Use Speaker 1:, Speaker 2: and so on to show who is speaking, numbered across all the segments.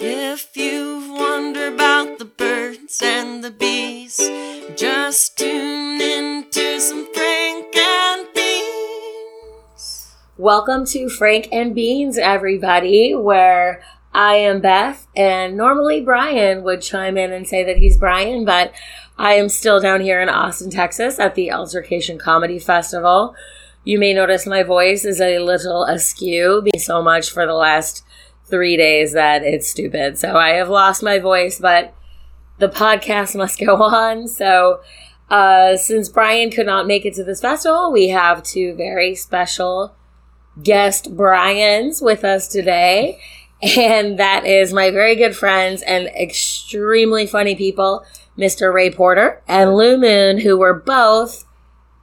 Speaker 1: If you've wondered about the birds and the bees, just tune in to some Frank and Beans.
Speaker 2: Welcome to Frank and Beans, everybody, where I am Beth, and normally Brian would chime in and say that he's Brian, but I am still down here in Austin, Texas at the Altercation Comedy Festival. You may notice my voice is a little askew, be so much for the last three days that it's stupid. So I have lost my voice, but the podcast must go on. So uh, since Brian could not make it to this festival, we have two very special guest Brian's with us today. And that is my very good friends and extremely funny people, Mr. Ray Porter and Lou Moon, who were both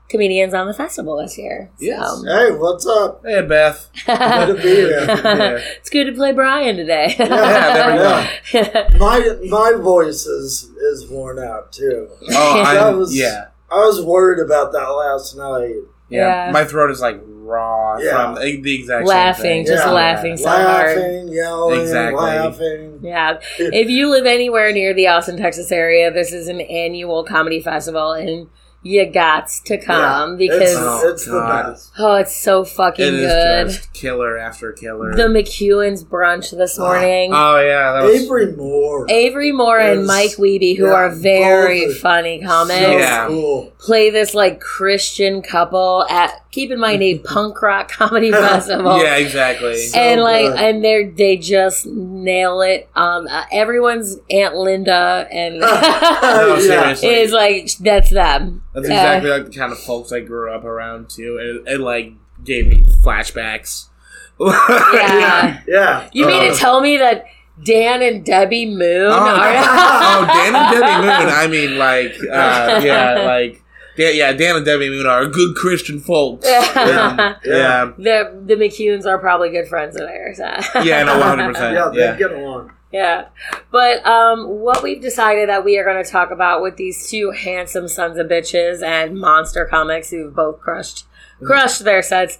Speaker 2: comedians on the festival this year.
Speaker 3: Yes.
Speaker 2: So.
Speaker 4: Hey, what's up?
Speaker 3: Hey, Beth.
Speaker 4: Good to be here.
Speaker 3: Yeah.
Speaker 2: it's good to play Brian today.
Speaker 3: Yeah, there we go.
Speaker 4: My my voice is is worn out too.
Speaker 3: Oh,
Speaker 4: That
Speaker 3: I'm,
Speaker 4: was-
Speaker 3: yeah,
Speaker 4: I was worried about that last night.
Speaker 3: yeah.
Speaker 2: Yeah.
Speaker 3: My throat is like raw
Speaker 4: Yeah.
Speaker 3: from the, the exact
Speaker 2: Laughing,
Speaker 3: same thing.
Speaker 4: just
Speaker 3: Yeah.
Speaker 2: laughing. So hard.
Speaker 4: laughing, yelling,
Speaker 3: Exactly.
Speaker 4: laughing.
Speaker 2: Yeah. If you live anywhere near the Austin, Texas area, this is an annual comedy festival and you got to come
Speaker 4: Yeah,
Speaker 2: because
Speaker 4: it's, it's the
Speaker 3: God.
Speaker 4: best.
Speaker 2: oh, it's so fucking
Speaker 3: It is
Speaker 2: good.
Speaker 3: just killer after killer.
Speaker 2: The McEwen's brunch this morning.
Speaker 3: oh yeah, that was
Speaker 4: Avery Moore,
Speaker 2: Avery Moore and
Speaker 4: Is-
Speaker 2: Mike Weeby, who
Speaker 4: yeah,
Speaker 2: are very
Speaker 4: both are
Speaker 2: funny
Speaker 4: so
Speaker 2: comics,
Speaker 3: Yeah.
Speaker 4: cool.
Speaker 2: play this like Christian couple at keep in mind a punk rock comedy festival.
Speaker 3: yeah, exactly.
Speaker 4: So-
Speaker 2: and like
Speaker 4: good.
Speaker 2: and they they just nail it um uh, everyone's aunt linda and
Speaker 3: no,
Speaker 4: Yeah.
Speaker 3: seriously,
Speaker 2: is like that's them
Speaker 3: that's
Speaker 2: yeah.
Speaker 3: exactly like the kind of folks I grew up around too. It, it like gave me flashbacks.
Speaker 2: yeah
Speaker 4: Yeah,
Speaker 2: you mean
Speaker 3: Oh.
Speaker 2: to tell me that dan and debbie moon
Speaker 3: Oh,
Speaker 2: are
Speaker 3: oh, Dan and Debbie Moon. I mean, like, uh, yeah, like, Dan, yeah, Dan and Debbie Moon are good Christian folks. Um,
Speaker 2: Yeah.
Speaker 3: yeah,
Speaker 2: the the mccunes are probably good friends of theirs huh?
Speaker 3: yeah, no, one hundred percent.
Speaker 4: yeah, they
Speaker 3: Uh, Yeah,
Speaker 4: get along.
Speaker 2: yeah but um what we've decided that we are going to talk about with these two handsome sons of bitches and monster comics who've both crushed
Speaker 3: Mm.
Speaker 2: crushed their sets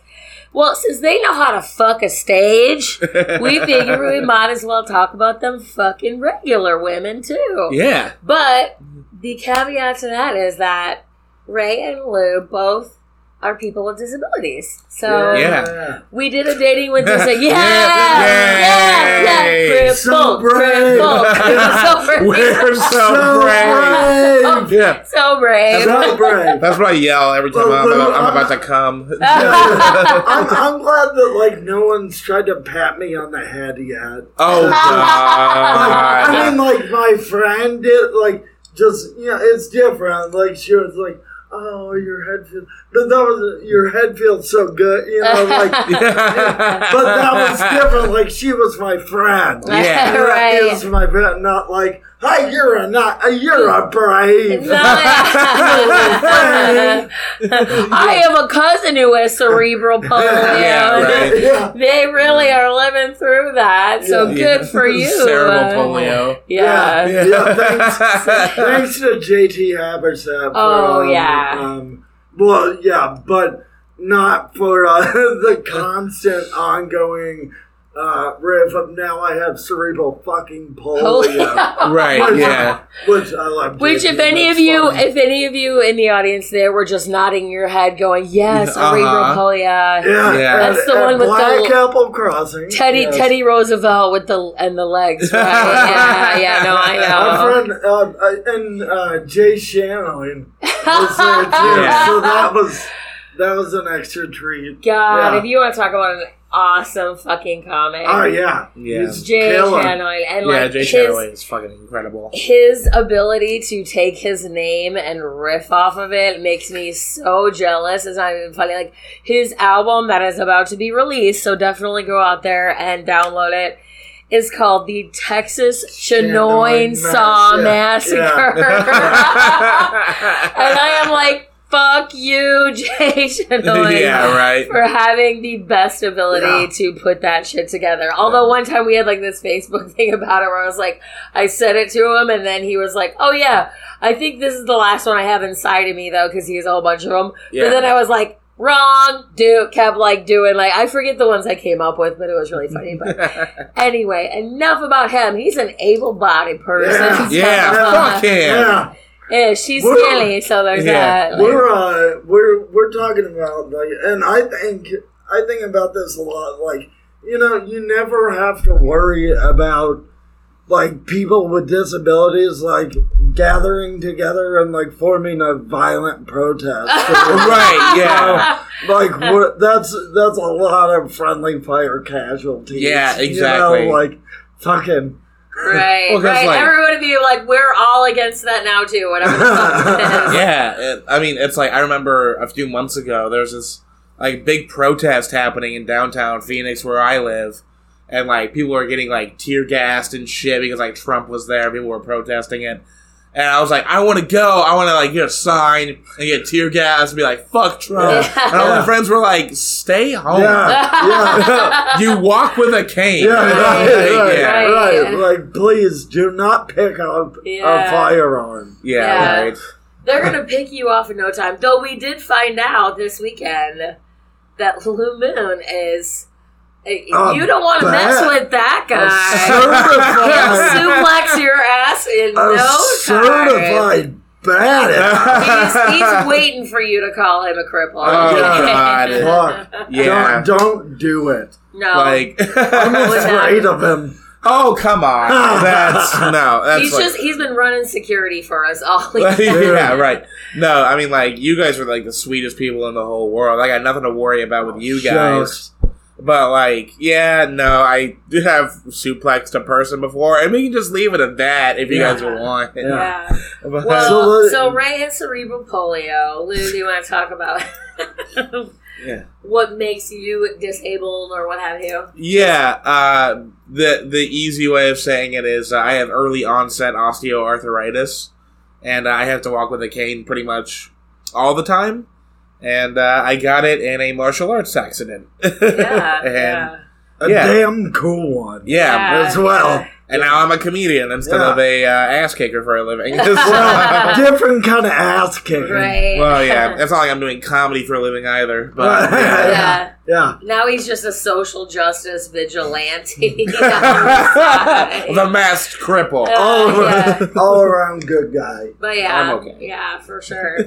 Speaker 2: well since they know how to fuck a stage we figure we might as well talk about them fucking regular women too.
Speaker 3: yeah.
Speaker 2: But the caveat to that is that Ray and Lou both are people with disabilities. So
Speaker 3: Yeah.
Speaker 2: we did a dating with this. Yeah, yeah,
Speaker 3: Yeah.
Speaker 2: yeah, yeah.
Speaker 3: Yay.
Speaker 2: Crippled,
Speaker 4: So brave.
Speaker 2: crippled. Oh, So brave.
Speaker 3: We're so,
Speaker 4: So
Speaker 3: brave.
Speaker 4: brave.
Speaker 3: Yeah,
Speaker 2: So brave.
Speaker 4: So brave.
Speaker 3: that's what I yell every time I'm about, I'm about to come.
Speaker 4: I'm, I'm glad that like no one's tried to pat me on the head yet.
Speaker 3: oh
Speaker 4: Like, I
Speaker 3: god.
Speaker 4: mean, like my friend did, like just you know, it's different. Like she was like, "Oh, your head feels," but that was your head feels so good, you know. Like, but that was different. Like she was my friend.
Speaker 3: Yeah.
Speaker 4: That
Speaker 2: right.
Speaker 4: is my friend, not like, "Hey, you're a not, uh, you're a brave."
Speaker 2: No. I have a cousin who has cerebral polio.
Speaker 3: Yeah, right.
Speaker 4: yeah.
Speaker 2: They really are living through that. So
Speaker 4: Yeah.
Speaker 2: good for you.
Speaker 3: Cerebral
Speaker 2: Uh,
Speaker 3: polio.
Speaker 2: Yeah.
Speaker 4: Yeah. thanks, thanks to JT Habersap.
Speaker 2: Oh,
Speaker 4: um,
Speaker 2: yeah.
Speaker 4: Um, well, yeah, but not for uh, the constant, ongoing uh, riff of now I have cerebral fucking polio.
Speaker 2: Polio.
Speaker 3: Right.
Speaker 4: Which-
Speaker 3: Yeah.
Speaker 4: Which I love.
Speaker 2: Which,
Speaker 4: JT,
Speaker 2: if any
Speaker 4: that's
Speaker 2: of you,
Speaker 4: funny.
Speaker 2: if any of you in the audience there were just nodding your head, going, "Yes,
Speaker 3: Uh-huh.
Speaker 2: cerebral polio."
Speaker 4: yeah,
Speaker 3: Yeah.
Speaker 4: at-
Speaker 2: That's the
Speaker 4: at
Speaker 2: one with the-
Speaker 4: Black Apple Crossing.
Speaker 2: Teddy
Speaker 4: yes.
Speaker 2: Teddy Roosevelt with the and the legs. Right? yeah, yeah. No, I know.
Speaker 4: Our friend uh, uh, and uh, Jay Shannon was there too,
Speaker 3: Yeah.
Speaker 4: so that was that was an extra treat.
Speaker 2: God,
Speaker 4: Yeah.
Speaker 2: if you want to talk about an awesome fucking comic,
Speaker 4: Oh yeah,
Speaker 3: Yeah.
Speaker 4: He's
Speaker 2: Jay
Speaker 4: killer.
Speaker 2: Chanoy and
Speaker 3: Yeah,
Speaker 2: like
Speaker 3: Jay
Speaker 2: his
Speaker 3: Chataway is fucking incredible.
Speaker 2: his ability to take his name and riff off of it makes me so jealous. It's not even funny. Like his album that is about to be released, so definitely go out there and download it. Is called the Texas Chenoine
Speaker 4: Chenoine
Speaker 2: Saw
Speaker 4: Mass- yeah,
Speaker 2: Massacre, and I am like, "Fuck you, Jay Chenoine."
Speaker 3: yeah, right.
Speaker 2: for having the best ability
Speaker 4: Yeah.
Speaker 2: to put that shit together. Although one time we had like this Facebook thing about it where I was like, I said it to him, and then he was like, "Oh yeah, I think this is the last one I have inside of me though, because he has a whole bunch of them."
Speaker 3: Yeah.
Speaker 2: But then I was like, wrong, do kept like doing like I forget the ones I came up with, but it was really funny. But anyway, enough about him. He's an able-bodied person.
Speaker 3: yeah,
Speaker 2: So, uh,
Speaker 3: fuck him.
Speaker 4: Yeah,
Speaker 2: yeah, she's
Speaker 4: We're-
Speaker 2: silly, so there's
Speaker 3: Yeah.
Speaker 2: that.
Speaker 4: we're uh, we're we're talking about like, and I think I think about this a lot. Like, you know, you never have to worry about like people with disabilities like gathering together and like forming a violent protest.
Speaker 3: Right, yeah.
Speaker 4: So, like we're, that's that's a lot of friendly fire casualties. you
Speaker 3: Yeah,
Speaker 4: know,
Speaker 3: exactly.
Speaker 4: like fucking
Speaker 2: Right,
Speaker 3: Well, 'cause,
Speaker 2: right.
Speaker 3: like-
Speaker 2: Everyone would be like, "We're all against that now too." Whatever. The fuck it is.
Speaker 3: yeah, it- I mean, it's like I remember a few months ago there was this like big protest happening in downtown Phoenix where I live, and like people were getting like tear gassed and shit because like Trump was there, people were protesting it, and I was like, I want to go, I want to like get a sign and get tear gassed and be like, fuck Trump,
Speaker 2: Yeah.
Speaker 3: and all my friends were like, stay home.
Speaker 4: yeah, yeah.
Speaker 3: you walk with a cane.
Speaker 4: Yeah, right,
Speaker 3: Like,
Speaker 4: right, right,
Speaker 3: yeah.
Speaker 2: Right.
Speaker 4: Like, please do not pick up
Speaker 2: Yeah.
Speaker 4: a firearm.
Speaker 3: Yeah,
Speaker 2: Yeah.
Speaker 3: right.
Speaker 2: They're gonna pick you off in no time. Though we did find out this weekend that Blue Moon is. eh,
Speaker 4: Oh,
Speaker 2: you don't want to
Speaker 4: bad.
Speaker 2: mess with that
Speaker 4: A
Speaker 2: guy.
Speaker 4: certified,
Speaker 2: Suplex your ass in
Speaker 4: a
Speaker 2: no time.
Speaker 4: certified badass.
Speaker 2: He's, he's waiting for you to call him a cripple.
Speaker 3: Oh,
Speaker 2: Okay.
Speaker 4: God.
Speaker 3: Yeah.
Speaker 4: Don't, don't do it.
Speaker 2: no,
Speaker 3: Like,
Speaker 4: I'm
Speaker 2: Would not.
Speaker 4: afraid of him.
Speaker 3: oh come on, that's no, that's
Speaker 2: he's
Speaker 3: like,
Speaker 2: just—he's been running security for us all. weekend.
Speaker 3: yeah, right. No, I mean, like, you guys are like the sweetest people in the whole world. I got nothing to worry about with you guys.
Speaker 4: Shucks.
Speaker 3: But like, yeah, no, I do have suplexed a person before, and we can just leave it at that if you
Speaker 4: Yeah.
Speaker 3: guys would want.
Speaker 4: Yeah.
Speaker 2: Yeah.
Speaker 3: But-
Speaker 4: So
Speaker 2: Well, so,
Speaker 4: what-
Speaker 2: Ray had cerebral polio. Lou, do you want to talk about
Speaker 3: Yeah.
Speaker 2: what makes you disabled or what have you?
Speaker 3: Yeah, uh, the the easy way of saying it is uh, I have early onset osteoarthritis, and uh, I have to walk with a cane pretty much all the time. And uh, I got it in a martial arts accident.
Speaker 2: Yeah,
Speaker 3: and,
Speaker 2: yeah.
Speaker 4: A
Speaker 3: Yeah.
Speaker 4: damn cool one.
Speaker 3: yeah,
Speaker 4: as well.
Speaker 3: and now I'm a comedian instead
Speaker 4: Yeah.
Speaker 3: of a uh, ass kicker for a living.
Speaker 4: Well, different kind of ass kicking.
Speaker 2: Right.
Speaker 3: well, yeah, it's not like I'm doing comedy for a living either. But yeah.
Speaker 2: Yeah.
Speaker 4: Yeah.
Speaker 2: Now he's just a social justice vigilante.
Speaker 3: the masked cripple.
Speaker 2: Oh, yeah.
Speaker 4: All around good guy.
Speaker 2: But yeah,
Speaker 3: I'm okay.
Speaker 2: yeah, for sure.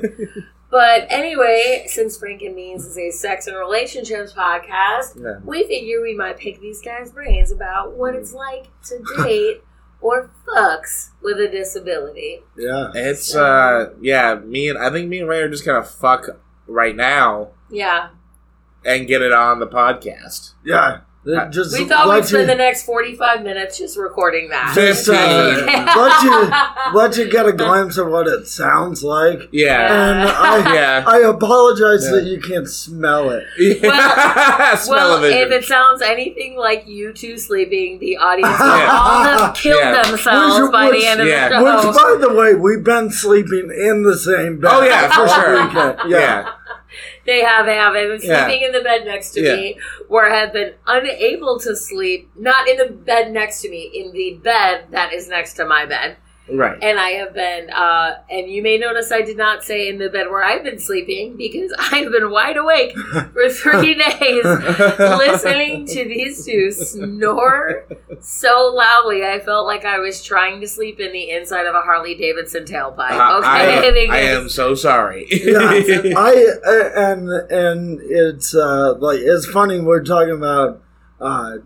Speaker 2: but anyway, since Frank and Beans is a sex and relationships podcast,
Speaker 3: Yeah. Mm.
Speaker 2: we figure we might pick these guys' brains about what it's like to date or fucks with a disability.
Speaker 4: Yeah.
Speaker 3: It's uh yeah, me and I think me and Ray are just gonna fuck right now
Speaker 2: Yeah,
Speaker 3: and get it on the podcast.
Speaker 4: Yeah. It Just
Speaker 2: we thought
Speaker 4: let
Speaker 2: we'd spend
Speaker 4: you-
Speaker 2: the next forty-five minutes just recording that.
Speaker 4: Just, uh, let you let you get a glimpse of what it sounds like.
Speaker 3: Yeah.
Speaker 4: And I,
Speaker 3: Yeah.
Speaker 4: I apologize
Speaker 3: Yeah.
Speaker 4: that you can't smell it.
Speaker 2: Well-
Speaker 3: Smell
Speaker 2: Well,
Speaker 3: of it.
Speaker 2: if it sounds anything like you two sleeping, the audience will
Speaker 4: Yeah.
Speaker 2: all have killed
Speaker 3: Yeah.
Speaker 2: themselves
Speaker 4: Which-
Speaker 2: by
Speaker 4: which-
Speaker 2: the end of
Speaker 3: yeah.
Speaker 2: the
Speaker 4: Which,
Speaker 2: show.
Speaker 4: by the way, we've been sleeping in the same bed.
Speaker 3: Oh yeah, for
Speaker 4: all
Speaker 3: sure.
Speaker 4: weekend.
Speaker 3: Yeah.
Speaker 2: They have, they have. They've been
Speaker 3: Yeah.
Speaker 2: sleeping in the bed next to
Speaker 3: Yeah.
Speaker 2: me, or have been unable to sleep, not in the bed next to me, in the bed that is next to my bed.
Speaker 3: Right.
Speaker 2: And I have been, uh, and you may notice I did not say in the bed where I've been sleeping because I've been wide awake for three days listening to these two snore so loudly. I felt like I was trying to sleep in the inside of a Harley Davidson tailpipe.
Speaker 3: Uh, I,
Speaker 2: Okay,
Speaker 3: I, I
Speaker 2: because-
Speaker 3: am so sorry.
Speaker 4: Yeah. I uh, and and it's uh, like it's funny we're talking about uh,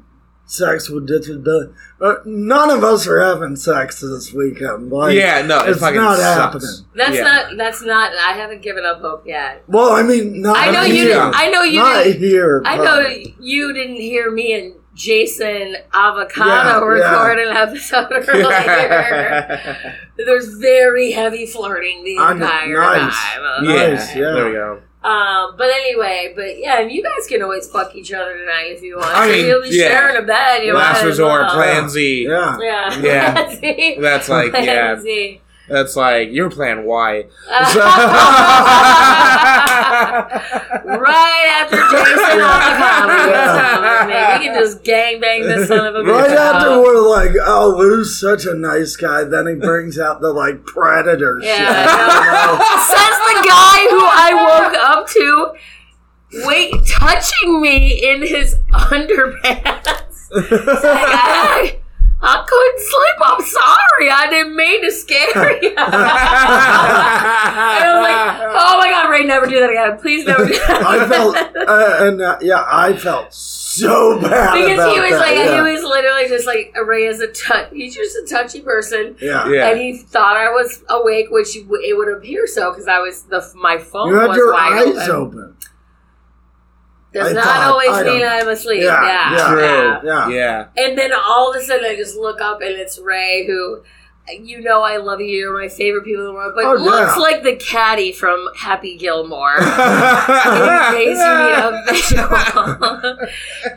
Speaker 4: sex with disability. Uh, none of us are having sex this weekend. Like,
Speaker 3: yeah, no, it
Speaker 4: It's
Speaker 3: fucking
Speaker 4: not
Speaker 3: sucks.
Speaker 4: happening.
Speaker 2: That's
Speaker 3: Yeah.
Speaker 2: not. That's not. I haven't given up hope yet.
Speaker 4: Well, I mean, not
Speaker 2: I know
Speaker 3: haven't
Speaker 2: you.
Speaker 4: here.
Speaker 2: Didn't, I know you.
Speaker 4: not
Speaker 2: Didn't,
Speaker 4: here.
Speaker 2: I
Speaker 4: but-
Speaker 2: know you didn't hear me and Jason Avocado
Speaker 4: Yeah,
Speaker 2: record an episode earlier.
Speaker 3: yeah.
Speaker 2: There's very heavy flirting the
Speaker 4: I know,
Speaker 2: entire
Speaker 4: nice.
Speaker 2: time.
Speaker 4: Nice, yeah.
Speaker 3: There we go.
Speaker 2: Um, but anyway, but yeah, and you guys can always fuck each other tonight if you want.
Speaker 3: I
Speaker 2: If
Speaker 3: mean,
Speaker 2: you'll be
Speaker 3: yeah.
Speaker 2: sharing a bed. You
Speaker 3: Last
Speaker 2: might as
Speaker 3: resort,
Speaker 2: well.
Speaker 3: plan Z.
Speaker 4: Yeah.
Speaker 2: Yeah.
Speaker 3: Yeah.
Speaker 2: See?
Speaker 3: That's like
Speaker 2: Plan
Speaker 3: yeah.
Speaker 2: Z.
Speaker 3: That's like your plan Y.
Speaker 2: right after Jason on the comedy
Speaker 3: Yeah.
Speaker 2: We can just gang bang this son of a bitch.
Speaker 4: Right
Speaker 2: out.
Speaker 4: after we're like, oh, Lou's such a nice guy, then he brings out the like predator
Speaker 2: Yeah,
Speaker 4: shit.
Speaker 2: I know. Says the guy who I woke up to wait, touching me in his underpants. It's like, I, I couldn't sleep. I'm sorry. I didn't mean to scare you. and I was like, oh my God, Ray, never do that again. Please never do that
Speaker 4: I felt, uh, and uh, yeah, I felt so bad
Speaker 2: Because
Speaker 4: about
Speaker 2: he was
Speaker 4: that,
Speaker 2: like,
Speaker 4: yeah.
Speaker 2: he was literally just like, Ray is a touch. He's just a touchy person.
Speaker 4: yeah.
Speaker 3: Yeah.
Speaker 2: And he thought I was awake, which you- it would appear so because I was the my phone
Speaker 4: You had
Speaker 2: was
Speaker 4: your
Speaker 2: wide
Speaker 4: eyes
Speaker 2: open.
Speaker 4: open.
Speaker 2: Does
Speaker 4: I
Speaker 2: not
Speaker 4: thought,
Speaker 2: always
Speaker 4: I
Speaker 2: mean
Speaker 4: don't-
Speaker 2: I'm asleep.
Speaker 4: Yeah,
Speaker 2: Yeah,
Speaker 4: yeah.
Speaker 3: True.
Speaker 2: yeah.
Speaker 4: Yeah.
Speaker 3: Yeah.
Speaker 2: And then all of a sudden, I just look up and it's Ray, who you know I love you. You're my favorite people in the world, but
Speaker 4: Oh, yeah.
Speaker 2: looks like the caddy from Happy Gilmore. It
Speaker 3: yeah.
Speaker 2: Amazing, a visual.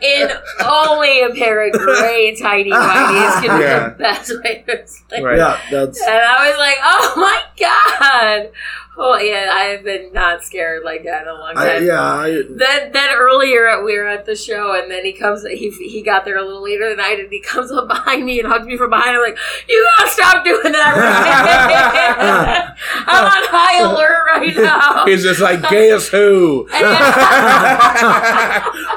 Speaker 2: and only a pair of gray tidy whities can be
Speaker 3: Yeah.
Speaker 2: the best way to explain.
Speaker 3: Right.
Speaker 4: Yeah, that's
Speaker 2: And I was like, "Oh my god!" Oh yeah, I have been not scared like that in a long time.
Speaker 4: I, yeah. I,
Speaker 2: Then, then earlier at, we were at the show, and then he comes. He he got there a little later than I did. He comes up behind me and hugs me from behind. I'm like, "You gotta stop doing that!" Ray." I'm on high alert right now.
Speaker 3: He's just like, gay as who?
Speaker 2: And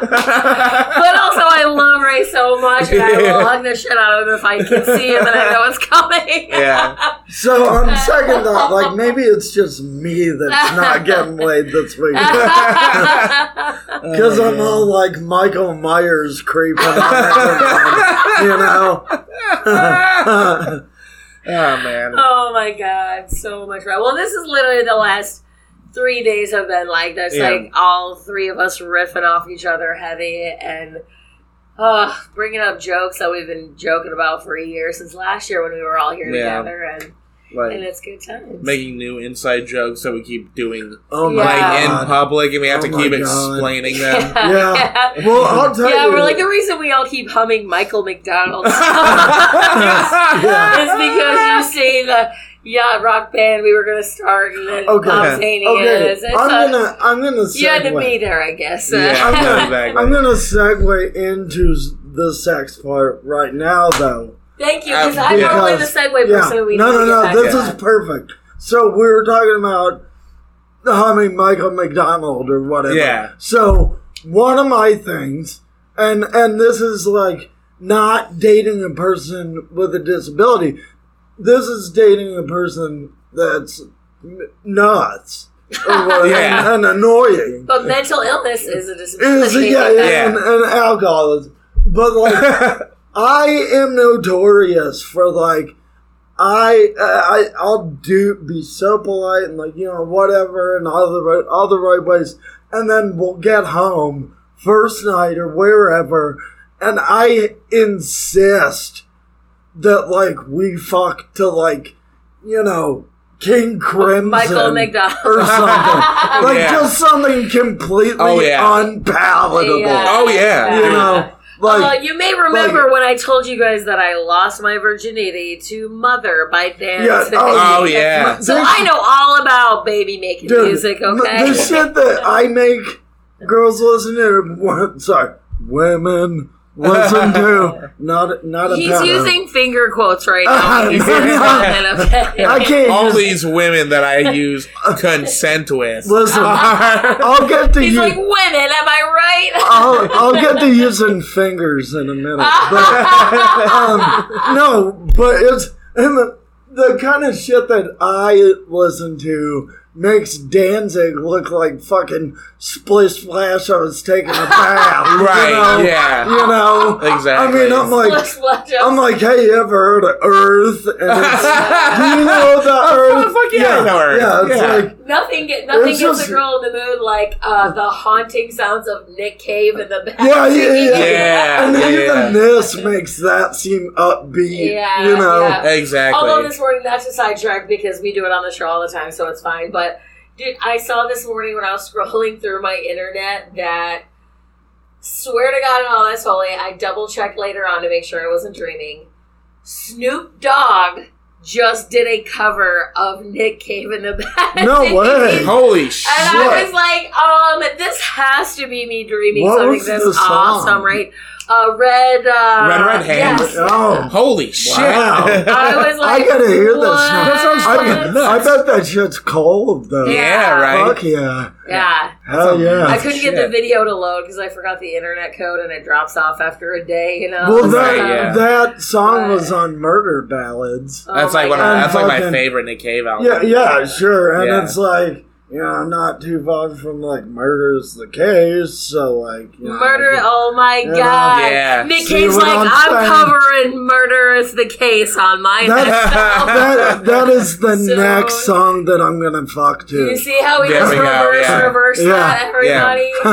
Speaker 2: But also, I love Ray so much, and I will hug the shit out of him if I can see him, and I know it's coming.
Speaker 3: yeah.
Speaker 4: so on second thought, like maybe it's just me that's not getting laid this week
Speaker 2: Oh,
Speaker 4: because I'm all like Michael Myers creeping on everyone, you know.
Speaker 3: Oh, man.
Speaker 2: oh my god, so much Ray. Well, this is literally the last three days have been like this.
Speaker 3: Yeah.
Speaker 2: Like all three of us riffing off each other heavy and. Uh, bringing up jokes that we've been joking about for a year since last year when we were all here
Speaker 3: Yeah.
Speaker 2: together, and, and
Speaker 3: Like,
Speaker 2: it's good times.
Speaker 3: making new inside jokes that we keep doing
Speaker 4: Oh my
Speaker 3: like
Speaker 2: Yeah.
Speaker 3: in public and we have
Speaker 4: Oh
Speaker 3: to
Speaker 4: my
Speaker 3: keep
Speaker 4: God.
Speaker 3: explaining them.
Speaker 4: Yeah. Well, I'll tell
Speaker 2: Yeah,
Speaker 4: you.
Speaker 2: we're like the reason we all keep humming Michael McDonald songs is because you see the yacht rock band we were gonna start and then
Speaker 4: Okay.
Speaker 2: Bob Zaney
Speaker 4: okay,
Speaker 2: is. It's
Speaker 4: I'm
Speaker 2: a-
Speaker 4: gonna I'm gonna segue.
Speaker 2: you had to be there, I guess.
Speaker 3: Yeah,
Speaker 4: I'm gonna-
Speaker 3: exactly.
Speaker 4: I'm gonna segue into s- the sex part right now, though.
Speaker 2: Thank you, because I'm
Speaker 3: Yeah.
Speaker 2: normally the segue
Speaker 4: Yeah.
Speaker 2: person. We
Speaker 4: no,
Speaker 2: need
Speaker 4: no,
Speaker 2: to get
Speaker 4: no.
Speaker 2: back
Speaker 4: This
Speaker 2: to
Speaker 4: is
Speaker 2: that.
Speaker 4: perfect. So we were talking about the humming Michael McDonald or whatever.
Speaker 3: Yeah.
Speaker 4: So one of my things, and and this is like not dating a person with a disability. This is dating a person that's n- nuts or whatever,
Speaker 3: Yeah.
Speaker 4: and annoying.
Speaker 2: but mental illness is a
Speaker 4: It's,
Speaker 2: disability.
Speaker 4: yeah,
Speaker 3: Yeah.
Speaker 4: And, and alcoholism. But like, I am notorious for like, I, I I'll do be so polite and like you know whatever and all the right all the right ways, and then we'll get home first night or wherever, and I insist that like we fuck to like, you know. King Crimson,
Speaker 2: Michael McDonald.
Speaker 4: or something, like
Speaker 3: Yeah.
Speaker 4: just something completely
Speaker 3: Oh, yeah.
Speaker 4: unpalatable.
Speaker 2: Yeah.
Speaker 3: Oh, yeah.
Speaker 4: You
Speaker 3: dude.
Speaker 4: know, like
Speaker 2: well, Uh, you may remember when I told you guys that I lost my virginity to Mother by Dan.
Speaker 4: Yeah,
Speaker 3: Oh, yeah.
Speaker 2: So
Speaker 4: There's-
Speaker 2: I know all about baby making
Speaker 4: dude,
Speaker 2: music,
Speaker 4: m-
Speaker 2: okay?
Speaker 4: The shit that I make girls listen to. wo- Sorry, women listen to. Not not a.
Speaker 2: He's
Speaker 4: pattern.
Speaker 2: using finger quotes right now. He's
Speaker 4: Yeah.
Speaker 2: in okay?
Speaker 4: I can't
Speaker 3: All
Speaker 4: just-
Speaker 3: these women that I use consent with.
Speaker 4: listen. I'll get to
Speaker 2: He's
Speaker 4: you.
Speaker 2: like, women, am I right?
Speaker 4: I'll, I'll get to using fingers in a minute. But, um, no, but it's and the, the kind of shit that I listen to makes Danzig look like fucking Splish Splash. I was taking a bath.
Speaker 3: Right,
Speaker 4: You know?
Speaker 3: yeah.
Speaker 4: You know?
Speaker 3: Exactly.
Speaker 4: I mean, I'm like.
Speaker 2: Let's watch out.
Speaker 4: I'm like, hey, you ever heard of Earth? And it's, do you know the Earth?
Speaker 3: fuck yeah, I know Earth.
Speaker 4: Yeah, it's
Speaker 3: Yeah.
Speaker 4: like,
Speaker 2: nothing get, nothing
Speaker 4: It's
Speaker 2: gets
Speaker 4: just-
Speaker 2: a girl in the mood like uh, the haunting sounds of Nick Cave in the back.
Speaker 4: yeah, yeah, yeah.
Speaker 3: Yeah.
Speaker 4: And
Speaker 3: yeah.
Speaker 4: even this makes that seem upbeat,
Speaker 2: Yeah,
Speaker 4: you know?
Speaker 2: yeah.
Speaker 3: Exactly.
Speaker 2: Although this morning, that's a sidetrack because we do it on the show all the time, so it's fine. But dude, I saw this morning when I was scrolling through my internet that swear to God and all that's holy, I double checked later on to make sure I wasn't dreaming. Snoop Dogg just did a cover of Nick Cave in the Back.
Speaker 4: No way.
Speaker 3: Holy shit.
Speaker 2: And I was like, um, this has to be me dreaming
Speaker 4: What
Speaker 2: something
Speaker 4: was
Speaker 2: this
Speaker 4: the song?
Speaker 2: awesome, right? a red, uh,
Speaker 3: Red, red hand.
Speaker 2: Yes.
Speaker 4: Oh,
Speaker 3: Holy shit!
Speaker 2: I was like,
Speaker 4: I gotta hear this.
Speaker 2: what?
Speaker 4: now.
Speaker 3: That sounds
Speaker 4: I,
Speaker 3: fucking nuts.
Speaker 4: I bet that shit's cold though.
Speaker 2: Yeah.
Speaker 3: yeah, right.
Speaker 4: Fuck yeah.
Speaker 2: Yeah.
Speaker 4: Hell
Speaker 2: I
Speaker 4: yeah.
Speaker 2: couldn't get the
Speaker 3: Shit.
Speaker 2: video to load because I forgot the internet code and it drops off after a day, you know?
Speaker 4: Well,
Speaker 2: So-
Speaker 4: that
Speaker 3: Right, yeah.
Speaker 4: that song
Speaker 2: Right.
Speaker 4: was on Murder Ballads.
Speaker 2: Oh
Speaker 3: That's
Speaker 2: my
Speaker 3: like one of,
Speaker 2: God.
Speaker 4: God.
Speaker 3: that's like my
Speaker 4: Fucking-
Speaker 3: favorite Nick Cave album.
Speaker 4: Yeah, yeah, sure. And
Speaker 3: Yeah.
Speaker 4: it's like, you know, I'm not too far from like Murder's the Case, so like, you know,
Speaker 2: Murder,
Speaker 4: I
Speaker 2: oh my
Speaker 4: Yeah.
Speaker 2: god.
Speaker 3: Yeah.
Speaker 2: Nick
Speaker 4: See
Speaker 2: Cage's
Speaker 4: what
Speaker 2: like,
Speaker 4: I'm
Speaker 2: I'm,
Speaker 4: saying?
Speaker 2: covering murder is the case on my
Speaker 4: That's-
Speaker 2: next album."
Speaker 4: that, that is the
Speaker 2: So-
Speaker 4: next song that I'm gonna fuck
Speaker 2: You
Speaker 4: to.
Speaker 2: see how he
Speaker 3: There
Speaker 2: just
Speaker 3: we go,
Speaker 2: reverse,
Speaker 3: yeah.
Speaker 2: reverse
Speaker 4: Yeah.
Speaker 2: that, everybody? He's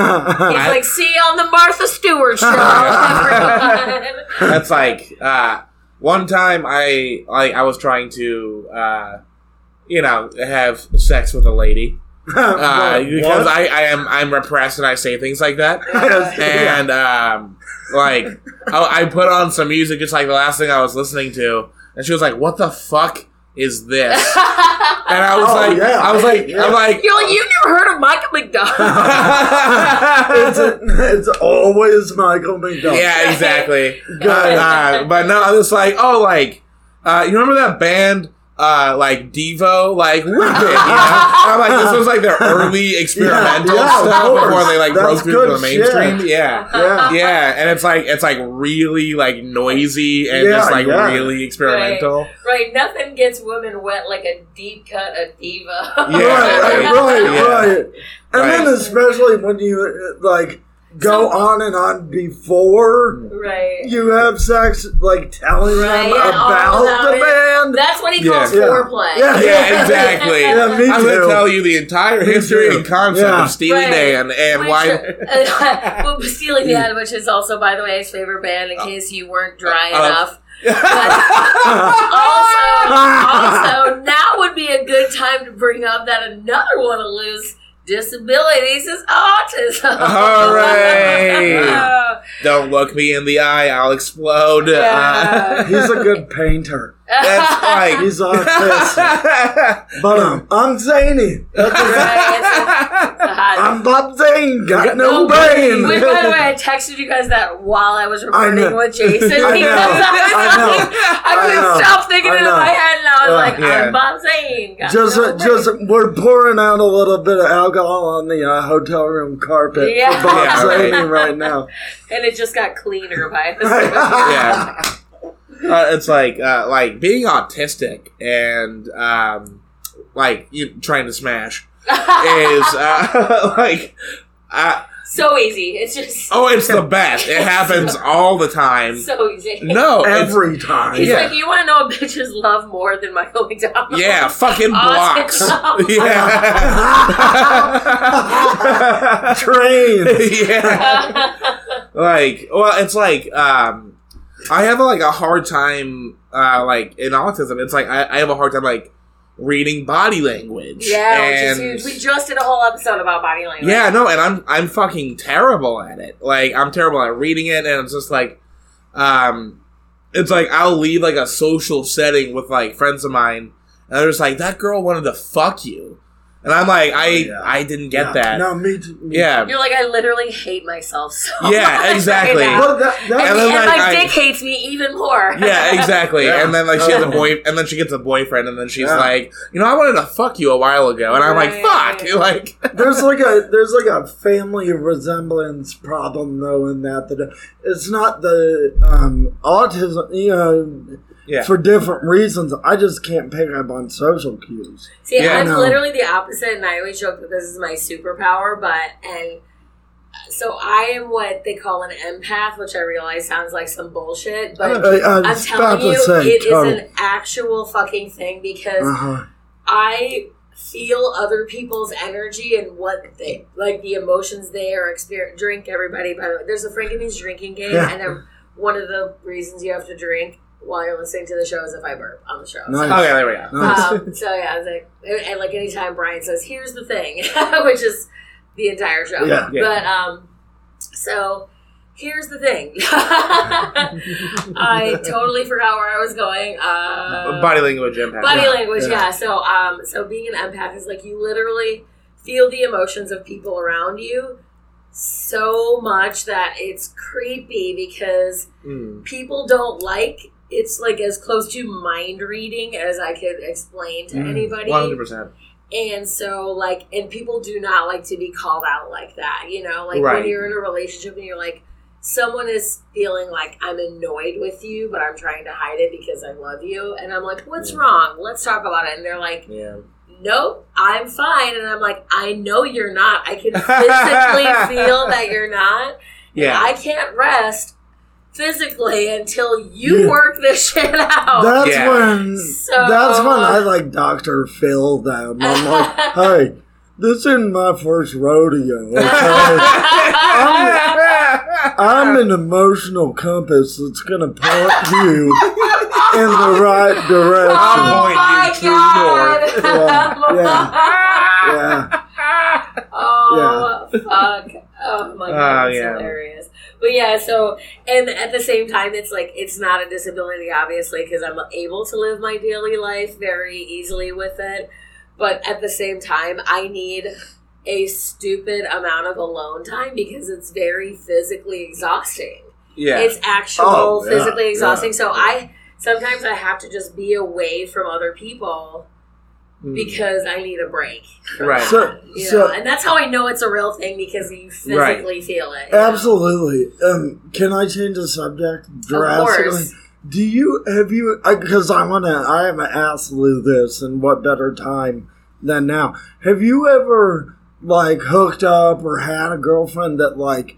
Speaker 3: I-
Speaker 2: like, see you on the Martha Stewart show. everyone."
Speaker 3: that's like uh, one time I like I was trying to uh, you know have sex with a lady uh, because I, I am I'm repressed and I say things like that and um, like I, I put on some music just like the last thing I was listening to and she was like what the fuck is this and I was
Speaker 4: Oh,
Speaker 3: like
Speaker 4: yeah.
Speaker 3: I was like
Speaker 4: Yeah.
Speaker 3: I'm like
Speaker 2: You're like, you never heard of Michael McDonald.
Speaker 4: it's, it's always Michael McDonald.
Speaker 3: Yeah, exactly.
Speaker 4: Good.
Speaker 3: Uh, but no, I was like, oh, like, uh, you remember that band, uh, like Devo, like Wicked? You know? And I'm like, this was like their early experimental
Speaker 4: Yeah, yeah, of
Speaker 3: stuff before
Speaker 4: course.
Speaker 3: they like
Speaker 4: That's
Speaker 3: broke through to the
Speaker 4: good shit.
Speaker 3: mainstream. Yeah.
Speaker 4: Yeah.
Speaker 3: Yeah, and it's like it's like really like noisy and
Speaker 4: Yeah,
Speaker 3: just like
Speaker 4: yeah.
Speaker 3: really experimental.
Speaker 2: right, nothing gets women wet like a deep cut of diva.
Speaker 3: Yeah.
Speaker 4: right, right, right,
Speaker 3: Yeah.
Speaker 4: right. And then
Speaker 3: Right.
Speaker 4: especially when you uh, like go
Speaker 2: So-
Speaker 4: on and on before
Speaker 2: Right.
Speaker 4: you have sex, like telling
Speaker 2: Right,
Speaker 4: them
Speaker 2: yeah, all
Speaker 4: about
Speaker 2: about
Speaker 4: the
Speaker 2: it.
Speaker 4: band.
Speaker 2: That's what he calls
Speaker 4: Yeah. Yeah.
Speaker 2: foreplay.
Speaker 4: Yeah.
Speaker 3: Yeah, exactly.
Speaker 4: Yeah, me
Speaker 3: I'm
Speaker 4: too.
Speaker 3: gonna tell you the entire
Speaker 4: Me
Speaker 3: history
Speaker 4: too.
Speaker 3: and concept
Speaker 4: Yeah.
Speaker 3: of Steely
Speaker 2: Right.
Speaker 3: Dan and
Speaker 2: Which,
Speaker 3: why.
Speaker 2: uh, well, Steely Dan, which is also, by the way, his favorite band. In case you weren't dry
Speaker 3: Uh, uh,
Speaker 2: enough. But also, also, now would be a good time to bring up that another one of Lou's disabilities is autism.
Speaker 3: Hooray. Don't look me in the eye, I'll explode.
Speaker 2: Yeah.
Speaker 4: He's a good painter.
Speaker 3: Uh, that's like.
Speaker 4: He's autistic, but um, I'm zany.
Speaker 2: Right, it's- it's a hot-
Speaker 4: I'm Bob Zane. Got
Speaker 2: Oh,
Speaker 4: no
Speaker 2: wait,
Speaker 4: brain.
Speaker 2: Wait, by the way, I texted you guys that while I was
Speaker 4: I
Speaker 2: recording
Speaker 4: know.
Speaker 2: with Jason.
Speaker 4: I know.
Speaker 2: because I,
Speaker 4: I know.
Speaker 2: was like, I
Speaker 4: I
Speaker 2: couldn't
Speaker 4: know.
Speaker 2: stop thinking
Speaker 4: I
Speaker 2: it in
Speaker 4: know.
Speaker 2: my head, and I was
Speaker 4: Uh,
Speaker 2: like,
Speaker 3: yeah.
Speaker 2: I'm Bob Zane. Got
Speaker 4: Just, uh,
Speaker 2: no
Speaker 4: just
Speaker 2: brain.
Speaker 4: we're pouring out a little bit of alcohol on the uh, hotel room carpet
Speaker 2: Yeah.
Speaker 4: for Bob
Speaker 3: Yeah,
Speaker 4: Zane
Speaker 3: right.
Speaker 4: right. now.
Speaker 2: and it just got cleaner by
Speaker 4: Right.
Speaker 3: yeah. Uh, it's like uh, like being autistic and um, like you trying to smash is uh, like uh,
Speaker 2: so easy. It's just
Speaker 3: oh it's the best it happens all the time
Speaker 2: so easy.
Speaker 3: no it's,
Speaker 4: Every time.
Speaker 2: He's
Speaker 3: Yeah.
Speaker 2: like, you want to know what bitches love more than Michael McDonald?
Speaker 3: yeah fucking blocks
Speaker 2: Autism.
Speaker 3: yeah
Speaker 4: Train.
Speaker 3: yeah like well it's like um i have like a hard time uh like in autism it's like i, I have a hard time like reading body language
Speaker 2: yeah, which is
Speaker 3: and
Speaker 2: huge. We just did a whole episode about body language.
Speaker 3: yeah no and i'm i'm fucking terrible at it like i'm terrible at reading it and it's just like um it's like i'll leave like a social setting with like friends of mine and they're just like that girl wanted to fuck you and i'm like i
Speaker 4: Oh, yeah.
Speaker 3: i didn't get
Speaker 4: Yeah.
Speaker 3: that
Speaker 4: No, me too. me
Speaker 3: yeah
Speaker 2: You're like, I literally hate myself so
Speaker 3: Yeah,
Speaker 2: much right
Speaker 3: exactly.
Speaker 2: now.
Speaker 4: too. But that, that,
Speaker 3: And
Speaker 2: And,
Speaker 3: then, like,
Speaker 2: my
Speaker 3: I-
Speaker 2: dick hates me even more.
Speaker 3: Yeah, exactly.
Speaker 4: Yeah.
Speaker 3: And then like she has a
Speaker 4: Oh.
Speaker 3: boy, and then she gets a boyfriend, and then she's
Speaker 4: Yeah.
Speaker 3: like, you know, I wanted to fuck you a while ago, and I'm
Speaker 2: Right.
Speaker 3: like, fuck, like
Speaker 4: there's like a there's like a family resemblance problem though in that that it's not the um, autism you know
Speaker 3: yeah,
Speaker 4: for different reasons. I just can't pick up on social cues.
Speaker 2: See,
Speaker 3: Yeah,
Speaker 2: I'm
Speaker 4: no.
Speaker 2: literally the opposite, and I always joke that this is my superpower, but, and so I am what they call an empath, which I realize sounds like some bullshit,
Speaker 4: I,
Speaker 2: but
Speaker 4: I
Speaker 2: I'm
Speaker 4: was about
Speaker 2: telling you,
Speaker 4: to
Speaker 2: it is
Speaker 4: say total.
Speaker 2: an actual fucking thing because
Speaker 4: Uh-huh.
Speaker 2: I feel other people's energy and what they like the emotions they are experiencing. Drink everybody. By the way, there's a Frankenstein's drinking game,
Speaker 4: Yeah.
Speaker 2: and then one of the reasons you have to drink while you're listening to the show is if I burp on the show.
Speaker 4: Nice.
Speaker 3: okay, there we go.
Speaker 4: Nice.
Speaker 2: Um, so yeah, I was like, and, and like anytime Brian says, "Here's the thing," which is the entire show.
Speaker 4: Yeah.
Speaker 3: Yeah.
Speaker 2: But um, so here's the thing. I totally forgot where I was going. Uh,
Speaker 3: Body language impact.
Speaker 2: body
Speaker 4: Yeah,
Speaker 2: language
Speaker 4: yeah.
Speaker 2: yeah. so um so being an empath is like you literally feel the emotions of people around you so much that it's creepy because
Speaker 3: Mm.
Speaker 2: people don't like it's like as close to mind reading as I could explain
Speaker 3: Mm,
Speaker 2: to anybody.
Speaker 3: 100%.
Speaker 2: And so, like, and people do not like to be called out like that, you know? Like,
Speaker 3: Right.
Speaker 2: when you're in a relationship and you're like, someone is feeling like I'm annoyed with you, but I'm trying to hide it because I love you. And I'm like, what's
Speaker 3: Yeah.
Speaker 2: wrong? Let's talk about it. And they're like,
Speaker 3: Yeah.
Speaker 2: nope, I'm fine. And I'm like, I know you're not. I can physically feel that you're not.
Speaker 3: Yeah.
Speaker 2: I can't rest physically until you work this shit out.
Speaker 4: That's
Speaker 3: yeah.
Speaker 4: when
Speaker 2: oh. So- uh,
Speaker 4: that's when I like Doctor Phil them. I'm like, hey, this isn't my first rodeo. Okay? I'm, I'm an emotional compass that's gonna point you in the right direction.
Speaker 2: Oh
Speaker 3: Point
Speaker 2: my
Speaker 3: you to
Speaker 2: god!
Speaker 4: north. Yeah. Yeah,
Speaker 2: Oh fuck! Oh
Speaker 4: Ah,
Speaker 2: my god!
Speaker 3: Oh,
Speaker 2: It's
Speaker 3: yeah.
Speaker 2: hilarious. But yeah, so and at the same time, it's like it's not a disability, obviously, because I'm able to live my daily life very easily with it. But at the same time, I need a stupid amount of alone time because it's very physically exhausting.
Speaker 3: yeah.
Speaker 2: It's actual
Speaker 4: Oh, yeah,
Speaker 2: physically exhausting.
Speaker 4: yeah.
Speaker 2: So I sometimes I have to just be away from other people
Speaker 3: Mm.
Speaker 2: because I need a break.
Speaker 3: Right.
Speaker 4: So,
Speaker 2: You know?
Speaker 4: so
Speaker 2: And that's how I know it's a real thing because you physically
Speaker 3: Right.
Speaker 2: feel it. you know?
Speaker 4: absolutely. Um, can I change the subject
Speaker 2: Of
Speaker 4: drastically?
Speaker 2: course.
Speaker 4: Do you have you? Because I want to. I am absolutely this, and what better time than now? Have you ever like hooked up or had a girlfriend that like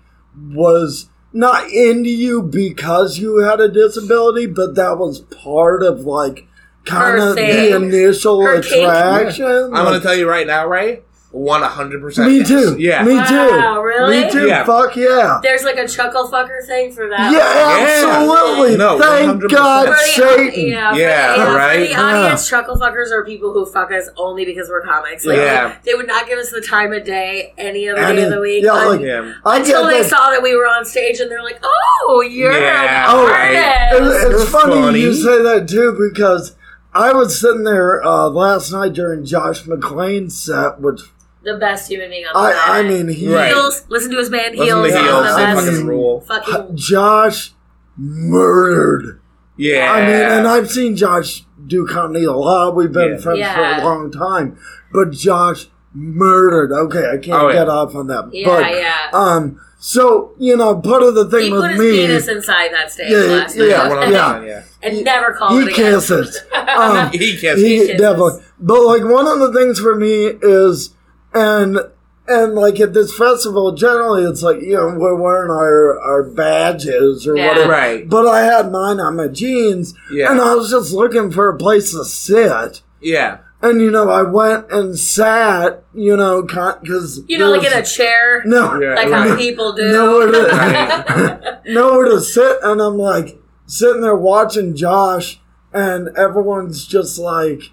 Speaker 4: was not into you because you had a disability, but that was part of like kind
Speaker 2: Her
Speaker 4: of
Speaker 2: thing.
Speaker 4: the initial
Speaker 2: Her kink.
Speaker 4: attraction?
Speaker 3: I'm going to
Speaker 4: Like,
Speaker 3: tell you right now, Ray, 100%.
Speaker 4: me
Speaker 3: yes.
Speaker 4: too.
Speaker 3: Yeah.
Speaker 4: Me too.
Speaker 2: Wow, really?
Speaker 4: Me too.
Speaker 3: Yeah.
Speaker 4: Fuck yeah.
Speaker 2: There's like a chuckle fucker thing for that.
Speaker 4: Yeah, absolutely.
Speaker 3: No,
Speaker 4: Thank
Speaker 3: 100%.
Speaker 2: For
Speaker 4: God,
Speaker 2: the,
Speaker 4: Satan.
Speaker 2: Yeah, for
Speaker 3: Yeah,
Speaker 2: the, for
Speaker 3: right?
Speaker 2: the audience, chuckle fuckers are people who fuck us only because we're comics. Like,
Speaker 3: Yeah.
Speaker 2: They would not give us the time of day any other
Speaker 4: Any-
Speaker 2: day of the week.
Speaker 4: yeah,
Speaker 2: un-
Speaker 4: like,
Speaker 3: Yeah.
Speaker 4: I get
Speaker 2: until they
Speaker 4: that.
Speaker 2: saw that we were on stage and they're like, oh, you're
Speaker 3: Yeah,
Speaker 2: an
Speaker 4: Oh,
Speaker 3: right.
Speaker 2: artist.
Speaker 4: It's, it's
Speaker 3: You're
Speaker 4: funny,
Speaker 3: funny.
Speaker 4: you say that too because I was sitting there uh, last night during Josh McClain's set, which
Speaker 2: The best human being on the planet.
Speaker 4: I, I mean, he,
Speaker 3: Right.
Speaker 2: Heels, listen to his band,
Speaker 3: Listen
Speaker 2: Heels.
Speaker 3: to
Speaker 2: is
Speaker 3: heels.
Speaker 2: the
Speaker 3: They
Speaker 4: I
Speaker 2: best
Speaker 3: fucking
Speaker 4: mean-
Speaker 3: rule.
Speaker 2: fucking
Speaker 4: Josh murdered.
Speaker 3: Yeah.
Speaker 4: I mean, and I've seen Josh do comedy a lot. We've been
Speaker 3: Yeah.
Speaker 4: friends
Speaker 2: Yeah.
Speaker 4: for a long time, but Josh murdered. Okay, I can't
Speaker 3: Oh, yeah.
Speaker 4: get off on that.
Speaker 2: Yeah,
Speaker 4: but,
Speaker 2: yeah.
Speaker 4: Um, so you know, part of the
Speaker 2: He
Speaker 4: thing
Speaker 2: put
Speaker 4: with
Speaker 2: his
Speaker 4: me,
Speaker 2: penis inside that stage
Speaker 4: Yeah,
Speaker 2: last night.
Speaker 3: yeah,
Speaker 4: yeah,
Speaker 3: 100%. Yeah.
Speaker 2: and never called it
Speaker 4: he
Speaker 2: again.
Speaker 4: kisses. Um,
Speaker 3: He gets
Speaker 4: he
Speaker 2: He kisses.
Speaker 4: definitely. But like one of the things for me is, and and like at this festival, generally it's like you know we're wearing our our badges or
Speaker 2: Yeah.
Speaker 4: whatever.
Speaker 3: Right.
Speaker 4: But I had mine on my jeans,
Speaker 3: Yeah.
Speaker 4: and I was just looking for a place to sit.
Speaker 3: Yeah.
Speaker 4: And you know, I went and sat. You know, because
Speaker 2: You know, like in a chair,
Speaker 4: no,
Speaker 3: Yeah.
Speaker 2: like
Speaker 3: right.
Speaker 2: how people do.
Speaker 4: nowhere
Speaker 3: Right.
Speaker 4: to nowhere to sit, and I'm like sitting there watching Josh, and everyone's just like,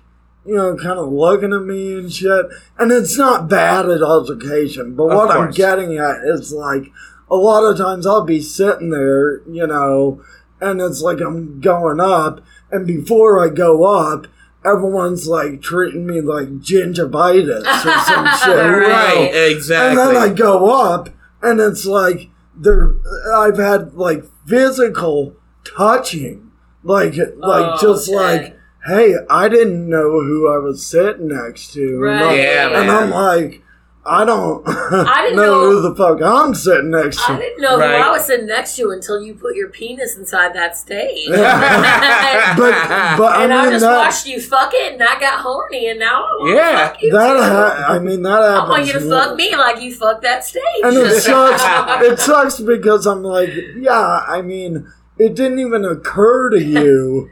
Speaker 4: you know, kind of looking at me and shit. And it's not bad at altercation, but
Speaker 3: Of
Speaker 4: what I'm
Speaker 3: course.
Speaker 4: getting at is like a lot of times I'll be sitting there, you know, and it's like I'm going up, and before I go up. Everyone's like treating me like gingivitis or some shit.
Speaker 2: Right.
Speaker 3: Right. Exactly.
Speaker 4: And then I go up, and it's like there. I've had like physical touching, like like
Speaker 2: Oh,
Speaker 4: just
Speaker 2: shit.
Speaker 4: like, hey, I didn't know who I was sitting next to, and,
Speaker 2: Right.
Speaker 4: I'm-
Speaker 3: Yeah,
Speaker 4: and
Speaker 3: man.
Speaker 4: I'm like, I don't, I
Speaker 2: didn't
Speaker 4: know,
Speaker 2: know-
Speaker 4: who the fuck I'm sitting next
Speaker 2: I
Speaker 4: to.
Speaker 2: didn't know
Speaker 3: Right.
Speaker 2: who I was sitting next to until you put your penis inside that stage.
Speaker 4: Yeah. But but
Speaker 2: and I,
Speaker 4: I mean
Speaker 2: just
Speaker 4: that
Speaker 2: watched you fuck it, and I got horny, and now I want
Speaker 3: Yeah.
Speaker 2: to fuck you.
Speaker 4: that
Speaker 2: too.
Speaker 4: ha- I mean that happens.
Speaker 2: I want you to fuck me like you fucked that stage.
Speaker 4: and it sucks. it sucks because I'm like, yeah, I mean, it didn't even occur to you,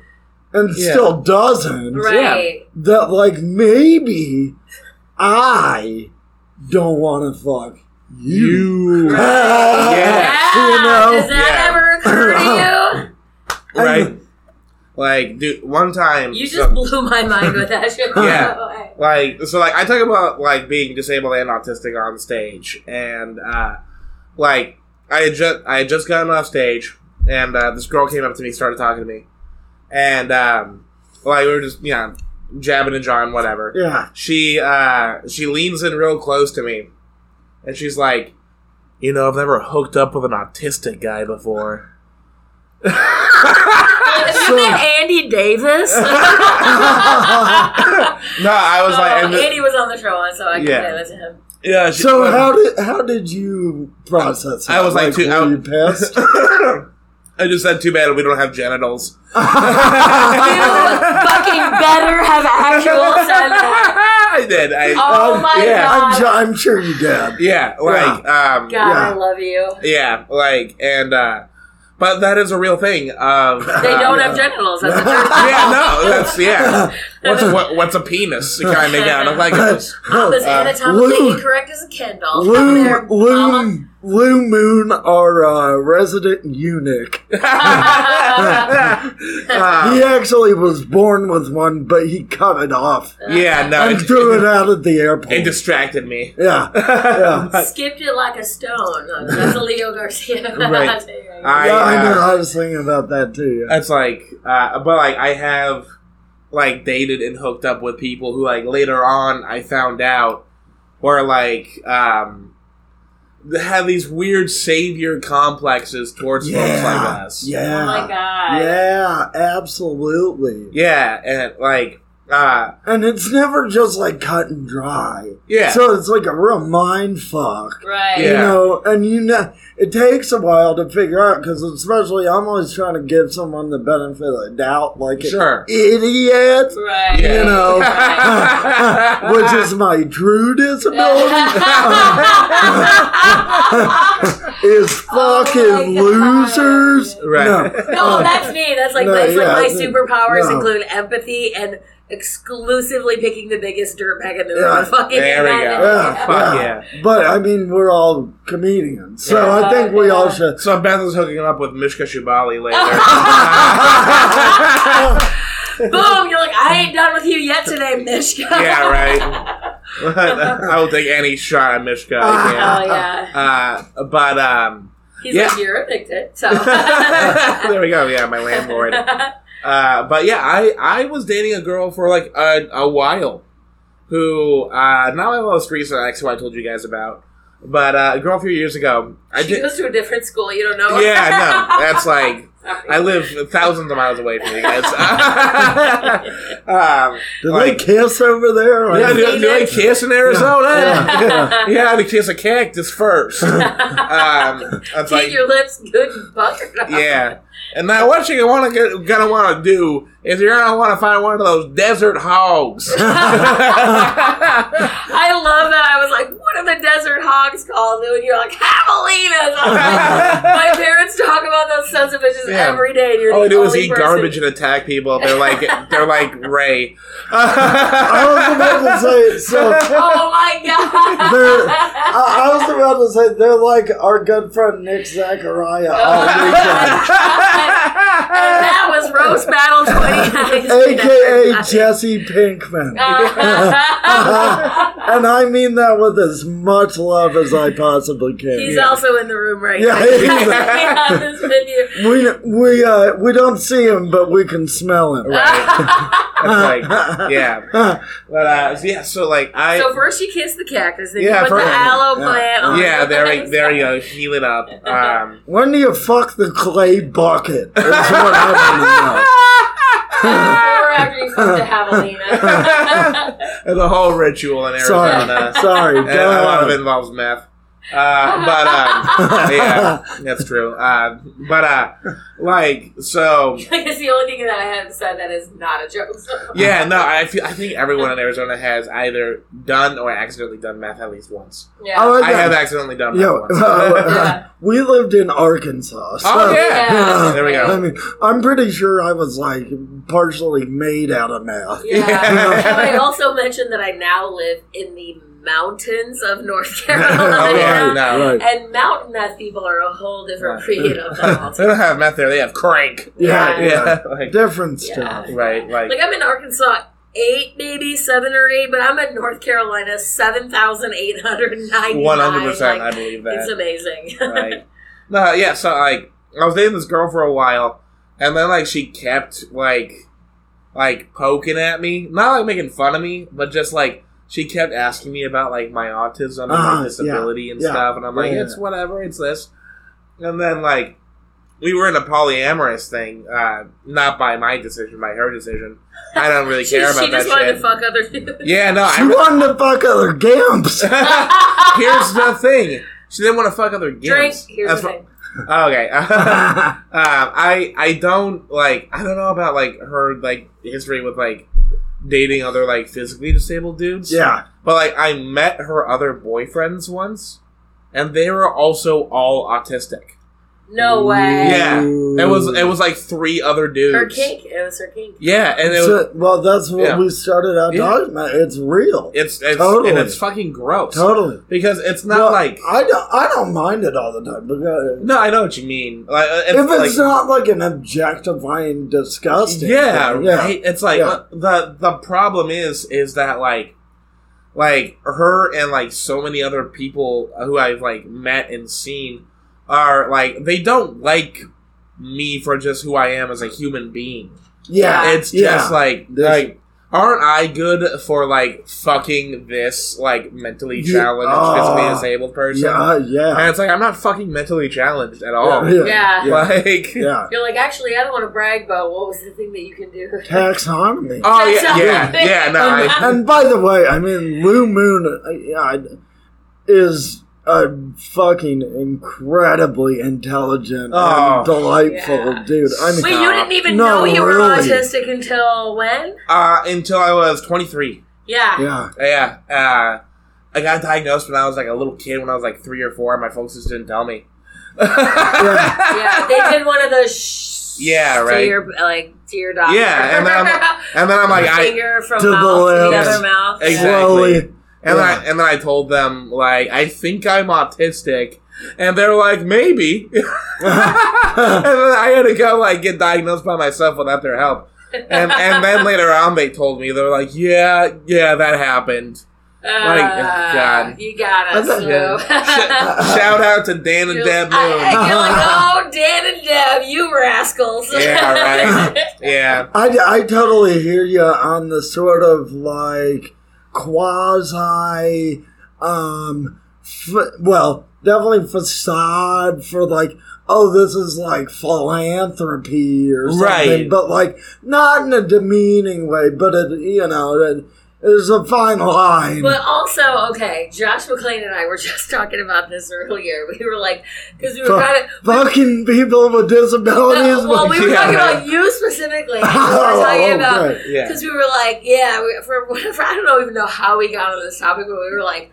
Speaker 4: and
Speaker 3: Yeah.
Speaker 4: still doesn't,
Speaker 2: right.
Speaker 4: that like maybe I don't want to fuck you.
Speaker 3: you.
Speaker 4: Ah,
Speaker 3: Yeah.
Speaker 4: you know?
Speaker 2: Does that
Speaker 3: Yeah.
Speaker 2: ever occur to
Speaker 3: Right. Like, dude, one time.
Speaker 2: you? You just
Speaker 3: so-
Speaker 2: blew my mind with that shit.
Speaker 3: Yeah. like so like i talk about like being disabled and autistic on stage and uh like i had just i had just gotten off stage and uh, this girl came up to me started talking to me and um like we were just you know jabbing and jawing whatever
Speaker 4: Yeah.
Speaker 3: she uh she leans in real close to me and she's like You know, I've never hooked up with an autistic guy before.
Speaker 2: Isn't that Andy Davis?
Speaker 3: No, I was like, and
Speaker 2: Oh,
Speaker 3: the-
Speaker 2: Andy was on the show, so I can
Speaker 3: Yeah.
Speaker 2: say that to him.
Speaker 3: yeah. She,
Speaker 4: So how did how did you process?
Speaker 3: I was
Speaker 4: that?
Speaker 3: like, too-
Speaker 4: were
Speaker 3: I-
Speaker 4: you pissed?
Speaker 3: I just said, too bad we don't have genitals.
Speaker 2: You fucking better have actual said that.
Speaker 3: I did. I,
Speaker 2: Oh
Speaker 4: Um,
Speaker 2: my
Speaker 3: yeah.
Speaker 2: god.
Speaker 4: I'm, ju- I'm sure you did.
Speaker 3: yeah, like, um,
Speaker 2: God, I
Speaker 4: Yeah.
Speaker 2: love you.
Speaker 3: yeah, like, and, uh, but that is a real thing. Of
Speaker 2: They
Speaker 3: uh,
Speaker 2: don't have genitals. That's a third
Speaker 3: Yeah, no, that's yeah. What's what, what's a penis kind of guy? I'm like,
Speaker 2: I'm as
Speaker 3: Uh,
Speaker 2: anatomically
Speaker 4: Lou.
Speaker 2: incorrect as a Kindle.
Speaker 4: Lou, Lou, Lou Moon, our uh, resident eunuch. he
Speaker 3: uh,
Speaker 4: actually was born with one, but he cut it off
Speaker 3: yeah, no,
Speaker 4: and
Speaker 3: it,
Speaker 4: threw it out at the airport.
Speaker 3: it distracted me.
Speaker 4: yeah, yeah.
Speaker 2: Skipped it like a stone. That's a Leo Garcia. Oh
Speaker 3: Right.
Speaker 2: I,
Speaker 3: I,
Speaker 4: yeah, I
Speaker 3: uh,
Speaker 4: know. I was thinking about that too. Yeah.
Speaker 3: It's like, uh, but like I have like dated and hooked up with people who like later on I found out were like um had these weird savior complexes towards folks like us.
Speaker 2: oh my
Speaker 4: Yeah.
Speaker 2: god.
Speaker 4: yeah, absolutely.
Speaker 3: Yeah, and like uh
Speaker 4: And it's never just like cut and dry.
Speaker 3: yeah.
Speaker 4: So it's like a real mind fuck.
Speaker 2: Right.
Speaker 4: You
Speaker 3: Yeah.
Speaker 4: know, and you know, it takes a while to figure out because, especially, I'm always trying to give someone the benefit of the doubt, like
Speaker 3: Sure.
Speaker 4: an idiot,
Speaker 2: Right.
Speaker 3: Yeah.
Speaker 4: you know,
Speaker 3: Right.
Speaker 4: which is my true disability, is fucking
Speaker 2: Oh my
Speaker 4: losers.
Speaker 3: Right.
Speaker 4: No. Oh,
Speaker 2: No, that's me. That's like
Speaker 4: No,
Speaker 2: that's
Speaker 4: yeah,
Speaker 2: like my
Speaker 4: the-
Speaker 2: superpowers
Speaker 4: no.
Speaker 2: include empathy and exclusively picking the biggest dirtbag in the room.
Speaker 4: Yeah.
Speaker 2: and Fucking
Speaker 3: There we go.
Speaker 2: imagine-
Speaker 4: Yeah,
Speaker 3: Fuck
Speaker 4: yeah. But I mean, we're all comedians, so
Speaker 3: Yeah.
Speaker 4: I think we all
Speaker 2: Yeah.
Speaker 4: should.
Speaker 3: So Beth is hooking up with Mishka Shibali later.
Speaker 2: Boom! You're like, I ain't done with you yet today, Mishka.
Speaker 3: yeah, right. I will take any shot at Mishka I can.
Speaker 2: Oh yeah.
Speaker 3: Uh, but um,
Speaker 2: He's
Speaker 3: Yeah.
Speaker 2: like, you're addicted. So.
Speaker 3: there we go. Yeah, my landlord. Uh, but yeah, I I was dating a girl for like a, a while, who uh, not my most recent ex, who I told you guys about, but uh, a girl a few years ago. I
Speaker 2: she
Speaker 3: did.
Speaker 2: goes to a different school. You don't know. her.
Speaker 3: Yeah, no, that's like
Speaker 2: Sorry.
Speaker 3: I live thousands of miles away from you guys. um,
Speaker 4: Did
Speaker 3: Like-
Speaker 4: they kiss over there?
Speaker 3: yeah, do, do I kiss in Arizona?
Speaker 4: Yeah. Yeah.
Speaker 3: Yeah, I had to kiss a cactus first. um, it's
Speaker 2: Take
Speaker 3: like,
Speaker 2: your lips good and butter. up.
Speaker 3: yeah. And now what you're gonna get, gonna want to do is you're gonna want to find one of those desert hogs.
Speaker 2: I love that. I was like, what are the desert hogs called? And you're like, javelinas. I'm like, my parents talk about those sons of bitches
Speaker 3: Yeah.
Speaker 2: every day. And you're
Speaker 3: All
Speaker 2: the
Speaker 3: they do is
Speaker 2: only
Speaker 3: eat
Speaker 2: person-
Speaker 3: garbage and attack people. They're like they're like Ray.
Speaker 4: I was about to say so.
Speaker 2: Oh my god.
Speaker 4: They're, I, I was about to say they're like our good friend Nick Zachariah all weekend,
Speaker 2: And that was roast battle 2019.
Speaker 4: aka Jesse Pinkman, and I mean that with as much love as I possibly can.
Speaker 2: He's also in the room right now.
Speaker 4: Yeah, he's-
Speaker 2: we have this video.
Speaker 4: we we uh, we don't see him, but we can smell him.
Speaker 3: right. It's like yeah, but uh, yeah. So like I
Speaker 2: So first she kissed the cactus, then
Speaker 3: Yeah,
Speaker 2: you put
Speaker 3: first-
Speaker 2: the aloe
Speaker 4: yeah.
Speaker 2: plant on.
Speaker 3: yeah,
Speaker 2: it.
Speaker 3: there there you go, heal it up. Um,
Speaker 4: When do you fuck the clay bucket? Is what I
Speaker 2: Before or after you fucked the javelina.
Speaker 3: the whole ritual in
Speaker 4: want to know. Sorry,
Speaker 3: Arizona.
Speaker 4: sorry.
Speaker 3: And a lot of
Speaker 4: Go
Speaker 3: it
Speaker 4: on.
Speaker 3: involves meth. Uh, but um, yeah, that's true. Uh, but uh, like so,
Speaker 2: Like it's the only thing that I have said that is not a joke. So.
Speaker 3: yeah. No, I feel I think everyone in Arizona has either done or accidentally done meth at least once.
Speaker 2: Yeah.
Speaker 4: Oh,
Speaker 3: I have accidentally done meth
Speaker 4: Yo,
Speaker 3: once.
Speaker 2: Yeah.
Speaker 4: we lived in Arkansas. So,
Speaker 3: oh
Speaker 2: Yeah.
Speaker 3: yeah, there we
Speaker 4: I
Speaker 3: go.
Speaker 4: mean, I'm pretty sure I was like partially made out of meth.
Speaker 2: yeah.
Speaker 3: Yeah.
Speaker 2: And I also mentioned that I now live in the mountains of North
Speaker 3: Oh, yeah,
Speaker 2: Carolina.
Speaker 3: no.
Speaker 4: Right.
Speaker 2: And mountain meth people are a whole different
Speaker 3: Yeah.
Speaker 2: breed of them all.
Speaker 3: They don't have meth there. They have crank.
Speaker 4: Yeah,
Speaker 2: Yeah.
Speaker 3: Yeah, like,
Speaker 4: Different
Speaker 2: Yeah.
Speaker 4: stuff.
Speaker 3: right, like
Speaker 2: Like I'm in Arkansas eight, maybe seven or eight, but I'm in North Carolina seven thousand eight hundred ninety.
Speaker 3: one hundred percent. I
Speaker 2: Like,
Speaker 3: believe that.
Speaker 2: it's amazing.
Speaker 3: like no yeah so like i was dating this girl for a while and then like she kept like like poking at me not like making fun of me but just like she kept asking me about like my autism and
Speaker 2: Ah,
Speaker 4: Uh-huh,
Speaker 3: my disability and
Speaker 4: yeah.
Speaker 3: stuff, and I'm like,
Speaker 4: Yeah, yeah,
Speaker 3: it's
Speaker 4: yeah.
Speaker 3: whatever, it's this. And then like we were in a polyamorous thing, uh, not by my decision, by her decision. I don't really
Speaker 2: She,
Speaker 3: care about
Speaker 2: she just
Speaker 3: that
Speaker 2: wanted
Speaker 3: shit.
Speaker 2: to fuck other people.
Speaker 3: yeah, no,
Speaker 4: She
Speaker 3: I
Speaker 4: wanted to fuck other gamps.
Speaker 3: re- here's the thing. She didn't want to fuck other
Speaker 2: Drink.
Speaker 3: gimps.
Speaker 2: Here's
Speaker 3: That's
Speaker 2: the
Speaker 3: what- Oh,
Speaker 2: thing.
Speaker 3: Okay. Um, I I don't like I don't know about like her like history with like dating other like physically disabled dudes.
Speaker 4: yeah.
Speaker 3: But like I met her other boyfriends once and they were also all autistic.
Speaker 2: No way.
Speaker 3: Yeah. It was it was like three other dudes.
Speaker 2: Her kink. It was her kink.
Speaker 3: Yeah, and it was
Speaker 4: So- well, that's what
Speaker 3: Yeah.
Speaker 4: we started out
Speaker 3: Yeah.
Speaker 4: talking about. It's real.
Speaker 3: it's it's
Speaker 4: Totally.
Speaker 3: and it's fucking gross.
Speaker 4: totally.
Speaker 3: Because it's not
Speaker 4: Well,
Speaker 3: like
Speaker 4: I don't. I don't mind it all the time because
Speaker 3: No, I know what you mean. Like uh, it's,
Speaker 4: if it's
Speaker 3: like,
Speaker 4: not like an objectifying, disgusting.
Speaker 3: yeah,
Speaker 4: thing,
Speaker 3: right. It's like
Speaker 4: Yeah.
Speaker 3: uh, the the problem is is that like like her and like so many other people who I've like met and seen are like they don't like me for just who I am as a human being.
Speaker 4: Yeah.
Speaker 3: It's
Speaker 4: yeah.
Speaker 3: just like
Speaker 4: This-
Speaker 3: like aren't I good for like fucking this like mentally
Speaker 4: Yeah.
Speaker 3: challenged,
Speaker 4: Ah.
Speaker 3: physically disabled person?
Speaker 4: yeah,
Speaker 3: And
Speaker 4: yeah,
Speaker 3: it's like I'm not fucking mentally challenged at all.
Speaker 4: yeah,
Speaker 2: Yeah.
Speaker 4: yeah.
Speaker 3: Like
Speaker 4: yeah.
Speaker 2: You're like, actually, I don't want to brag, but what was the thing that you can do?
Speaker 4: Taxonomy.
Speaker 3: Oh yeah,
Speaker 2: That's
Speaker 3: yeah,
Speaker 2: something.
Speaker 3: yeah. No,
Speaker 4: and,
Speaker 3: I,
Speaker 4: and by the way, I mean Blue Moon uh, yeah, I- is a fucking incredibly intelligent
Speaker 3: Oh.
Speaker 4: and delightful
Speaker 2: Yeah.
Speaker 4: dude. I mean,
Speaker 2: Wait, you didn't even
Speaker 4: No,
Speaker 2: know you were
Speaker 4: really.
Speaker 2: autistic until when?
Speaker 3: uh, until I was 23.
Speaker 2: Yeah.
Speaker 4: yeah,
Speaker 3: Yeah, uh, I got diagnosed when I was like a little kid. When I was like three or four, my folks just didn't tell me.
Speaker 4: Yeah.
Speaker 2: Yeah, They did one of those. Sh-
Speaker 3: Yeah, right.
Speaker 2: To your, like to your doctor.
Speaker 3: Yeah, and then I'm- and then I'm like, I
Speaker 2: finger from
Speaker 4: To the
Speaker 2: mouth to the
Speaker 4: lips.
Speaker 2: other mouth.
Speaker 3: Exactly.
Speaker 4: slowly.
Speaker 3: and then I,
Speaker 4: Yeah.
Speaker 3: and then I told them like I think I'm autistic, and they're like maybe. and then I had to go like get diagnosed by myself without their help. And and then later on they told me they're like yeah yeah that happened. Like, oh, God.
Speaker 2: Uh, You got us,
Speaker 4: I thought-
Speaker 2: Lou.
Speaker 3: Yeah. Sh- shout out to Dan and
Speaker 2: You're-
Speaker 3: Deb Moon.
Speaker 2: I- I- You're like, oh, Dan and Deb, you rascals.
Speaker 3: Yeah, right. yeah.
Speaker 4: I, I totally hear you on the sort of like quasi, um, f- well, definitely facade for like, oh, this is like philanthropy or something,
Speaker 3: Right.
Speaker 4: but like not in a demeaning way, but it, you know, it, it's a fine line.
Speaker 2: But also, okay, Josh McClain and I were just talking about this earlier. We were like, because we were
Speaker 4: Fuck. Oh,
Speaker 2: kind of.
Speaker 4: Fucking people with disabilities.
Speaker 2: well, we were
Speaker 3: Yeah.
Speaker 2: talking about you specifically. We were
Speaker 4: Oh,
Speaker 2: talking about
Speaker 4: okay.
Speaker 3: Yeah.
Speaker 2: Because we were like, yeah, we, for whatever, I don't know even know how we got on this topic, but we were like,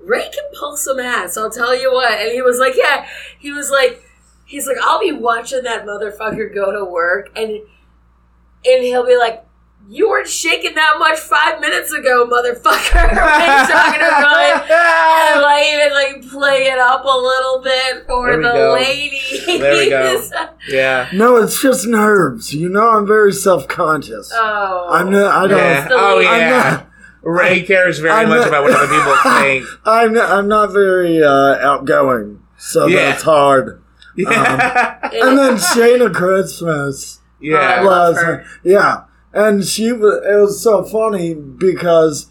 Speaker 2: Ray can pull some ass, I'll tell you what. And he was like, yeah, he was like, he's like, I'll be watching that motherfucker go to work, and and he'll be like, you weren't shaking that much five minutes ago, motherfucker. When he's talking to Ray. And like even like play it up a little bit for
Speaker 3: There we
Speaker 2: the
Speaker 3: go.
Speaker 2: lady.
Speaker 3: There we go. Yeah.
Speaker 4: No, it's just nerves. You know, I'm very self conscious.
Speaker 2: oh,
Speaker 4: I'm not, I don't.
Speaker 3: Yeah.
Speaker 2: the
Speaker 3: Oh
Speaker 2: lead.
Speaker 4: uh, I'm
Speaker 3: yeah.
Speaker 4: not-
Speaker 3: Ray cares very
Speaker 4: I'm
Speaker 3: much
Speaker 4: not-
Speaker 3: about what other people think.
Speaker 4: I'm I'm not very uh, outgoing, so
Speaker 3: Yeah.
Speaker 4: that's hard.
Speaker 3: Yeah.
Speaker 4: And then Shayna Christmas
Speaker 2: I
Speaker 3: yeah.
Speaker 2: love
Speaker 4: was
Speaker 2: her.
Speaker 4: yeah, and she was. It was so funny because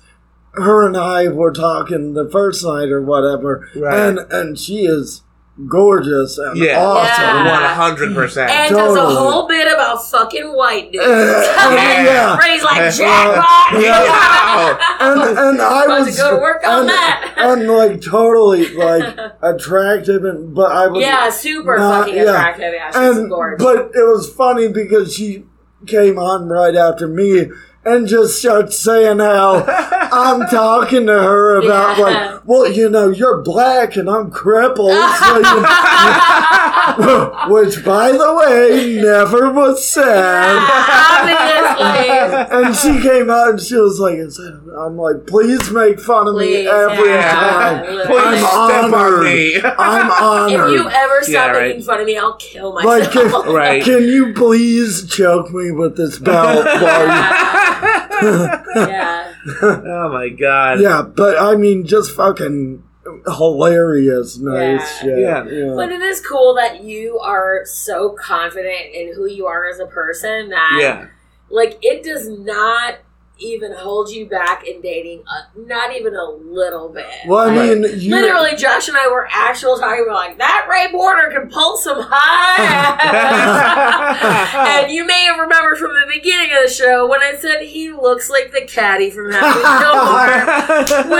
Speaker 4: her and I were talking the first night or whatever,
Speaker 3: Right.
Speaker 4: and and she is gorgeous and
Speaker 3: Yeah.
Speaker 4: awesome.
Speaker 2: Yeah.
Speaker 3: One hundred percent.
Speaker 2: And does
Speaker 4: Totally. Uh,
Speaker 2: a whole bit about fucking white dudes.
Speaker 4: Yeah. Yeah.
Speaker 2: Ray's like,
Speaker 3: Yeah.
Speaker 2: jackpot!
Speaker 4: and, and I
Speaker 2: About to
Speaker 4: was
Speaker 2: go to work on
Speaker 4: and-
Speaker 2: that.
Speaker 4: and like totally like attractive, and but I was
Speaker 2: yeah, super
Speaker 4: Nah,
Speaker 2: fucking
Speaker 4: yeah.
Speaker 2: attractive. Yeah, she's
Speaker 4: and,
Speaker 2: gorgeous.
Speaker 4: But it was funny because she came on right after me and just starts saying how I'm talking to her about
Speaker 2: Yeah.
Speaker 4: like, well, you know, you're black and I'm crippled, so you- which by the way never was said.
Speaker 2: Obviously.
Speaker 4: And she came out and she was like, "Is that-" I'm like, please make fun of
Speaker 2: Please,
Speaker 4: me every
Speaker 2: yeah.
Speaker 4: time.
Speaker 2: Please
Speaker 4: I'm
Speaker 3: Please step on
Speaker 4: honored.
Speaker 3: me.
Speaker 4: I'm honored.
Speaker 2: If you ever stop
Speaker 3: Yeah, right.
Speaker 2: making fun of me, I'll kill
Speaker 4: Like,
Speaker 2: myself.
Speaker 4: can,
Speaker 3: Right.
Speaker 4: can you please choke me with this belt? While
Speaker 2: yeah.
Speaker 3: oh my god.
Speaker 4: you, yeah, but I mean, just fucking hilarious, nice
Speaker 2: Yeah.
Speaker 4: shit.
Speaker 3: Yeah.
Speaker 2: But it is cool that you are so confident in who you are as a person that
Speaker 3: Yeah.
Speaker 2: like it does not even hold you back in dating, uh, not even a little bit.
Speaker 4: Well, I
Speaker 3: Right.
Speaker 4: mean, you,
Speaker 2: Literally, Josh and I were actual talking about like that Ray Border can pull some high ass. and you may have remembered from the beginning of the show when I said he looks like the caddy from Happy Gilmore,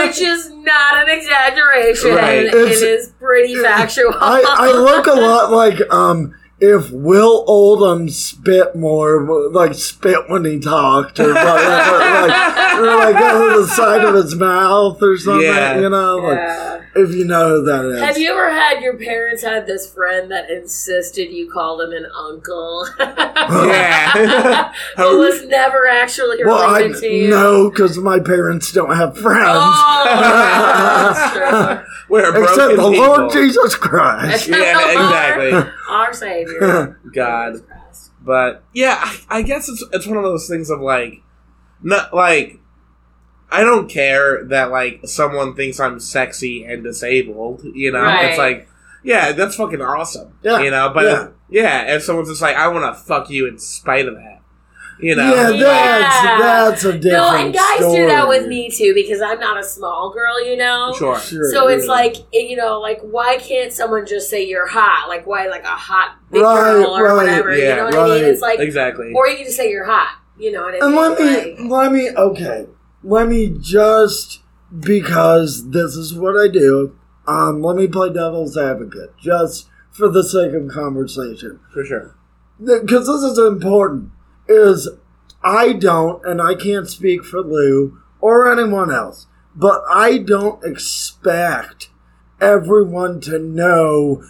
Speaker 2: which is not an exaggeration.
Speaker 3: Right.
Speaker 2: It
Speaker 4: It's-
Speaker 2: is pretty factual.
Speaker 4: I, I look a lot like um if Will Oldham spit more, like spit when he talked, or whatever, like, or like out of the side of his mouth or something,
Speaker 3: Yeah.
Speaker 4: you know, like
Speaker 2: Yeah.
Speaker 4: if you know who that is.
Speaker 2: Have you ever had your parents had this friend that insisted you call them an uncle?
Speaker 3: Yeah.
Speaker 2: Who was never actually related
Speaker 4: well, I
Speaker 2: to you?
Speaker 4: no, because my parents don't have friends
Speaker 2: Oh, that's true.
Speaker 3: We're
Speaker 4: except
Speaker 3: broken
Speaker 4: the
Speaker 3: people.
Speaker 4: Lord Jesus Christ.
Speaker 3: Yeah, exactly.
Speaker 2: Our Savior.
Speaker 3: God.
Speaker 2: Jesus Christ.
Speaker 3: But yeah, I, I guess it's it's one of those things of like, not like, I don't care that like someone thinks I'm sexy and disabled. You know,
Speaker 2: Right.
Speaker 3: it's like, yeah, that's fucking awesome.
Speaker 4: Yeah,
Speaker 3: You know, but yeah, if someone's just like, I want to fuck you in spite of that. You know,
Speaker 4: yeah,
Speaker 3: like,
Speaker 4: that's
Speaker 2: Yeah.
Speaker 4: that's a different
Speaker 2: No, and guys do
Speaker 4: story.
Speaker 2: that with me too because I'm not a small girl, you know?
Speaker 3: sure.
Speaker 4: Sure,
Speaker 2: So it's
Speaker 4: yeah.
Speaker 2: like, eh, you know, like, why can't someone just say you're hot? Like, why, like, a hot big
Speaker 4: Right,
Speaker 2: girl or
Speaker 4: right,
Speaker 2: whatever? you
Speaker 3: yeah,
Speaker 2: know what I mean?
Speaker 4: right.
Speaker 2: It's like,
Speaker 3: Exactly.
Speaker 2: or you can just say you're hot. You know what I mean?
Speaker 4: And let me,
Speaker 2: Like,
Speaker 4: let me, okay, let me just because this is what I do. Um, let me play devil's advocate just for the sake of conversation,
Speaker 3: for sure.
Speaker 4: because this is important. Is I don't, and I can't speak for Lou or anyone else, but I don't expect everyone to know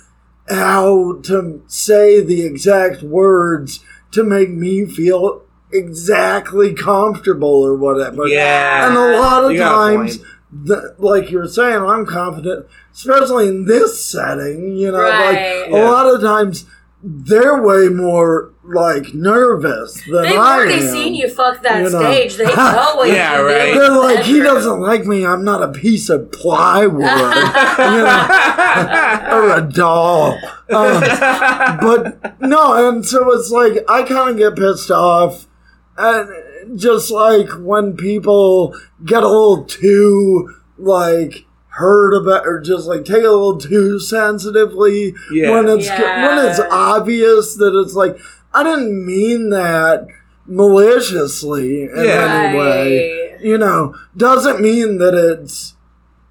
Speaker 4: how to say the exact words to make me feel exactly comfortable or whatever.
Speaker 3: yeah.
Speaker 4: And a lot of
Speaker 3: You got a
Speaker 4: times, the, like you were saying, I'm confident, especially in this setting, you know,
Speaker 2: Right.
Speaker 4: like
Speaker 3: Yeah.
Speaker 4: a lot of times they're way more like nervous than
Speaker 2: they've
Speaker 4: I
Speaker 2: already
Speaker 4: am.
Speaker 2: seen you fuck that
Speaker 4: You know.
Speaker 2: stage. They know what
Speaker 3: Yeah,
Speaker 2: you do.
Speaker 3: right.
Speaker 4: They're like, he doesn't like me. I'm not a piece of plywood. you know, or a doll. Uh, but no, and so it's like I kind of get pissed off, and just like when people get a little too like hurt about or just like take it a little too sensitively
Speaker 3: Yeah.
Speaker 4: when it's
Speaker 2: Yeah.
Speaker 4: when it's obvious that it's like I didn't mean that maliciously in
Speaker 3: Yeah.
Speaker 4: any way. You know, doesn't mean that it's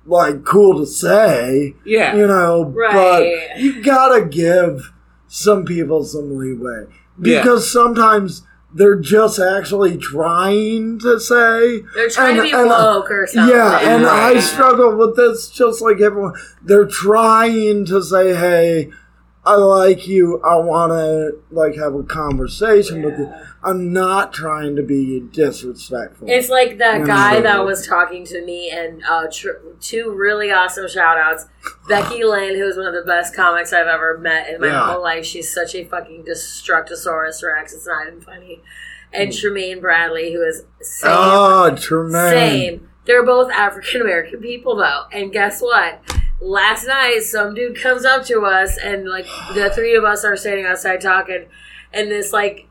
Speaker 4: like cool to say
Speaker 3: yeah.
Speaker 4: you know
Speaker 2: Right.
Speaker 4: but you gotta give some people some leeway
Speaker 3: Yeah.
Speaker 4: because sometimes they're just actually trying to say
Speaker 2: They're trying to
Speaker 4: And-
Speaker 2: be
Speaker 4: and, uh,
Speaker 2: woke or something.
Speaker 4: yeah and i
Speaker 2: Yeah.
Speaker 4: struggle with this just like everyone they're trying to say hey i like you i want to like have a conversation with you i'm not trying to be disrespectful
Speaker 2: It's like that
Speaker 4: Yeah.
Speaker 2: guy that was talking to me, and uh, tr- two really awesome shout outs. Becky Lynn, who is one of the best comics I've ever met in my
Speaker 4: Yeah.
Speaker 2: whole life. She's such a fucking Destructosaurus Rex. It's not even funny. And Tremaine Bradley, who is same.
Speaker 4: Mm. oh tremendous
Speaker 2: same. They're both African American people, though. And guess what? Last night, some dude comes up to us, and like the three of us are standing outside talking, and this like